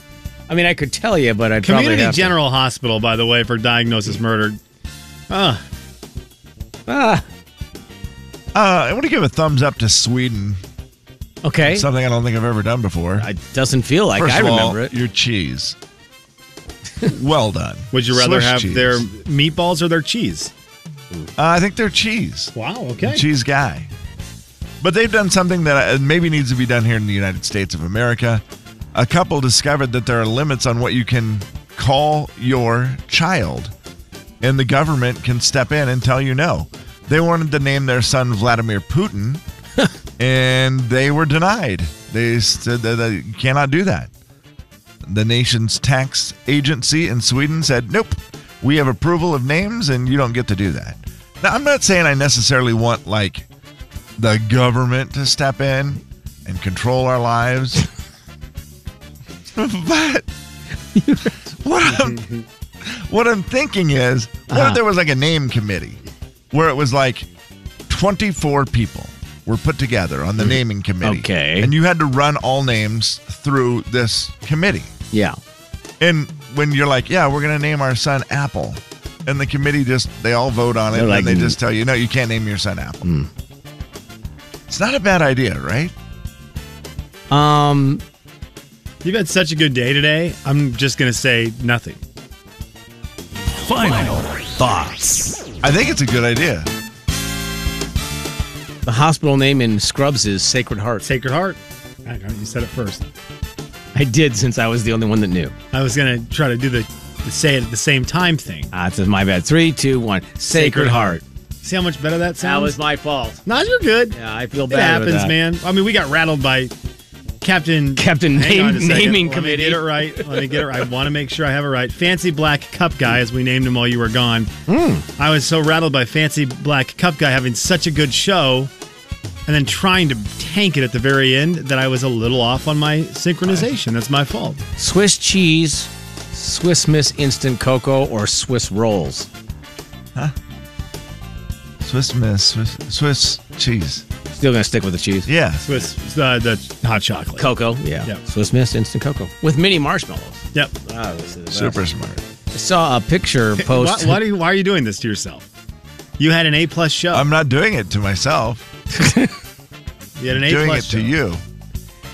F: I mean, I could tell you, but I'd probably
G: Community
F: have to-
G: General Hospital, by the way, for diagnosis murder. Ah,
F: Ah,
B: Uh, I want to give a thumbs up to Sweden.
F: okay.
B: Something I don't think I've ever done before.
F: it doesn't feel like
B: First
F: I
B: of all,
F: remember it.
B: Your cheese. well done.
G: would you rather
B: Swiss
G: have
B: cheese.
G: their meatballs or their cheese?
B: Uh, I think they're cheese.
G: Wow.
B: I'm a cheese guy. But they've done something that uh, maybe needs to be done here in the United States of America. A couple discovered that there are limits on what you can call your child, and the government can step in and tell you no. They wanted to name their son Vladimir Putin, and they were denied. They said that they cannot do that. The nation's tax agency in Sweden said, nope, we have approval of names and you don't get to do that. Now, I'm not saying I necessarily want like the government to step in and control our lives, but what I'm, what I'm thinking is, what if there was like a name committee where it was like 24 people were put together on the naming committee.
F: Okay.
B: And you had to run all names through this committee.
F: Yeah.
B: And when you're like, yeah, we're going to name our son Apple. And the committee just, they all vote on it.
F: They're
B: And
F: like, "Mm."
B: they just tell you, no, you can't name your son Apple. It's not a bad idea, right?
F: Um.
G: You've had such a good day today. I'm just going to say nothing.
D: final thoughts.
B: I think it's a good idea.
F: The hospital name in Scrubs is Sacred Heart.
G: Sacred Heart. I don't know, You said it first.
F: I did since I was the only one that knew.
G: I was going to try to do the, the say it at the same time thing.
F: Ah, it's my bad. Three, two, one. Sacred, Heart.
G: See how much better that
F: That
G: sounds?
F: was my fault.
G: no, you're good.
F: Yeah, I feel
G: It
F: bad. about
G: happens,
F: that.
G: man. I mean, we got rattled by Captain
F: Captain
G: Hang on
F: Name-
G: a second.
F: Naming
G: Let
F: Committee.
G: Me get it right. Let me get it right. I want to make sure I have it right. Fancy Black Cup Guy, as we named him while you were gone.
B: Hmm.
G: I was so rattled by Fancy Black Cup Guy having such a good show, and then trying to tank it at the very end that I was a little off on my synchronization. That's my fault.
F: Swiss cheese, Swiss Miss instant cocoa, or Swiss rolls.
B: Swiss Miss, Swiss, Swiss cheese.
F: Still gonna stick with the cheese.
B: Yeah.
G: Swiss uh, the hot chocolate.
F: Cocoa, yeah.
G: Yeah.
F: Swiss Miss instant cocoa with mini marshmallows.
G: Yep.
F: Wow, this is
B: Super smart.
F: I saw a picture
G: Why,
F: post.
G: why, do you, why are you doing this to yourself? You had an A plus show.
B: I'm not doing it to myself,
G: you had an A
B: doing it
G: plus
B: to
G: show.
B: you.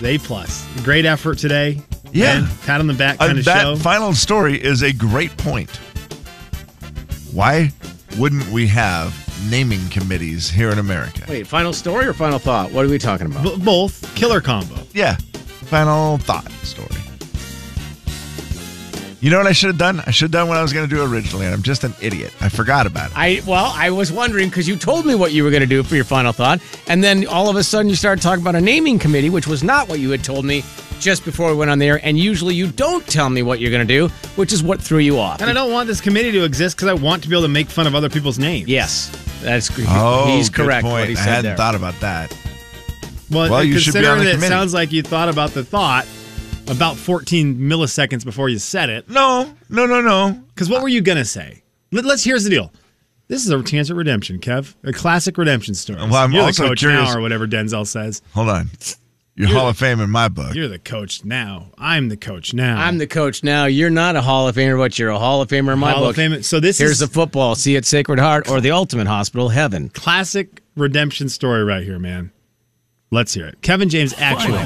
G: A plus. Great effort today.
B: Yeah.
G: And pat on the back kind
B: Uh,
G: of
B: that
G: show.
B: final story is a great point. Why wouldn't we have naming committees here in America?
F: Wait, final story or final thought? What are we talking about?
G: B- both killer combo.
B: Yeah. Final thought story. You know what I should have done? I should have done what I was going to do originally, and I'm just an idiot. I forgot about it.
F: I well, I was wondering because you told me what you were going to do for your final thought, and then all of a sudden you started talking about a naming committee, which was not what you had told me just before we went on the air. And usually you don't tell me what you're going to do, which is what threw you off.
G: And I don't want this committee to exist because I want to be able to make fun of other people's names.
F: Yes, that's
B: Oh,
F: he's
B: good
F: correct.
B: Point.
F: What he
B: I
F: said
B: hadn't
F: there.
B: thought about that.
G: Well,
B: Well,
G: and
B: you should be on
G: considering
B: the
G: that it
B: committee.
G: sounds like you thought about the thought about 14 milliseconds before you said it.
B: No, no, no, no.
G: Because what were you going to say? Let, us here's the deal. This is a chance at redemption, Kev. A classic redemption story.
B: Well, I'm
G: You're
B: also
G: the coach
B: curious-
G: now, or whatever Denzel says.
B: Hold on. You're, Hall of Fame in my book.
G: You're the coach now. I'm the coach now.
F: I'm the coach now. You're not a Hall of Famer, but you're a Hall of Famer in my
G: Hall
F: book.
G: of Fame. So this
F: Here's
G: is
F: the football. See at Sacred Heart or the Ultimate Hospital, Heaven.
G: classic redemption story right here, man. Let's hear it. Kevin James, actually.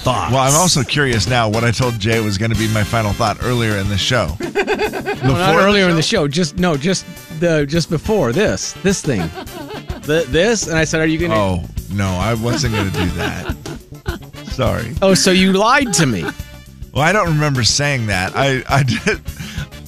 D: Thoughts.
B: Well, I'm also curious now what I told Jay was going to be my final thought earlier in the show. Before
F: Not earlier in the show. Just no, just the just before this this thing, the, this. And I said, are you gonna?
B: Oh, no, I wasn't going to do that. Sorry.
F: Oh, so you lied to me.
B: Well, I don't remember saying that. I, I did.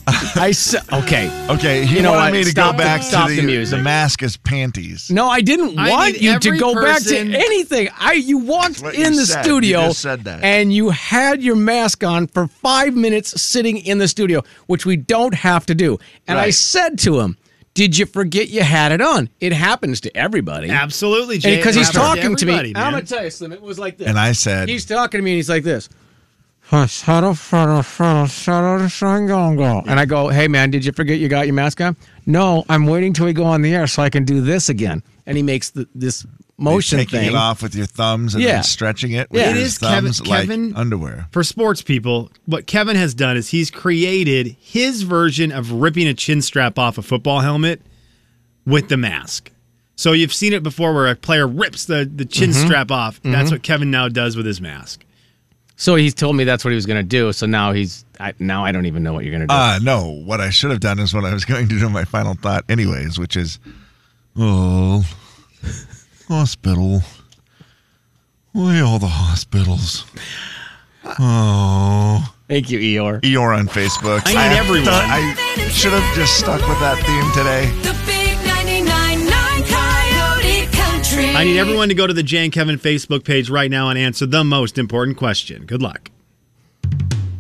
F: I s- okay.
B: Okay, he
F: You know
B: wanted
F: what?
B: me to
F: Stop
B: go
F: the-
B: back
F: stop
B: to
F: the
B: the,
F: music.
B: Damascus panties.
F: No, I didn't
G: I
F: want
G: need
F: you to
G: every
F: go back to
G: person-
F: anything. I you walked
B: what
F: in
B: you
F: the
B: said. You
F: studio
B: just said that.
F: and you had your mask on for 5 minutes sitting in the studio, which we don't have to do. And I
B: Right.
F: said to him, "Did you forget you had it on?" It happens to everybody.
G: Absolutely, Jay.
F: Because
G: It
F: he's
G: happens
F: talking to me.
G: everybody,
F: I'm
G: man.
F: going to tell you, Slim, it was like this.
B: And I said,
F: He's talking to me and he's like this. And I go, hey man, did you forget you got your mask on? No, I'm waiting till we go on the air so I can do this again. And he makes the, this motion
B: taking
F: thing.
B: it off with your thumbs and
F: Yeah.
B: then stretching it with
F: Yeah. It
B: your
G: is Kevin-
B: thumbs like
G: Kevin-
B: underwear.
G: For sports people, what Kevin has done is he's created his version of ripping a chin strap off a football helmet with the mask. So you've seen it before where a player rips the, the chin strap off. That's what Kevin now does with his mask.
F: So he's told me that's what he was going to do. So now he's I, now I don't even know what you're going to do.
B: Uh, no, what I should have done is what I was going to do my final thought, anyways, which is, oh, hospital. Why all the hospitals? Oh.
F: Thank you, Eeyore.
B: Eeyore on Facebook.
G: I need everyone.
B: thought I should have just stuck with that theme today.
J: The big 99.9 Coyote Country.
G: I need everyone to go to the Jan Kevin Facebook page right now and answer the most important question. Good luck.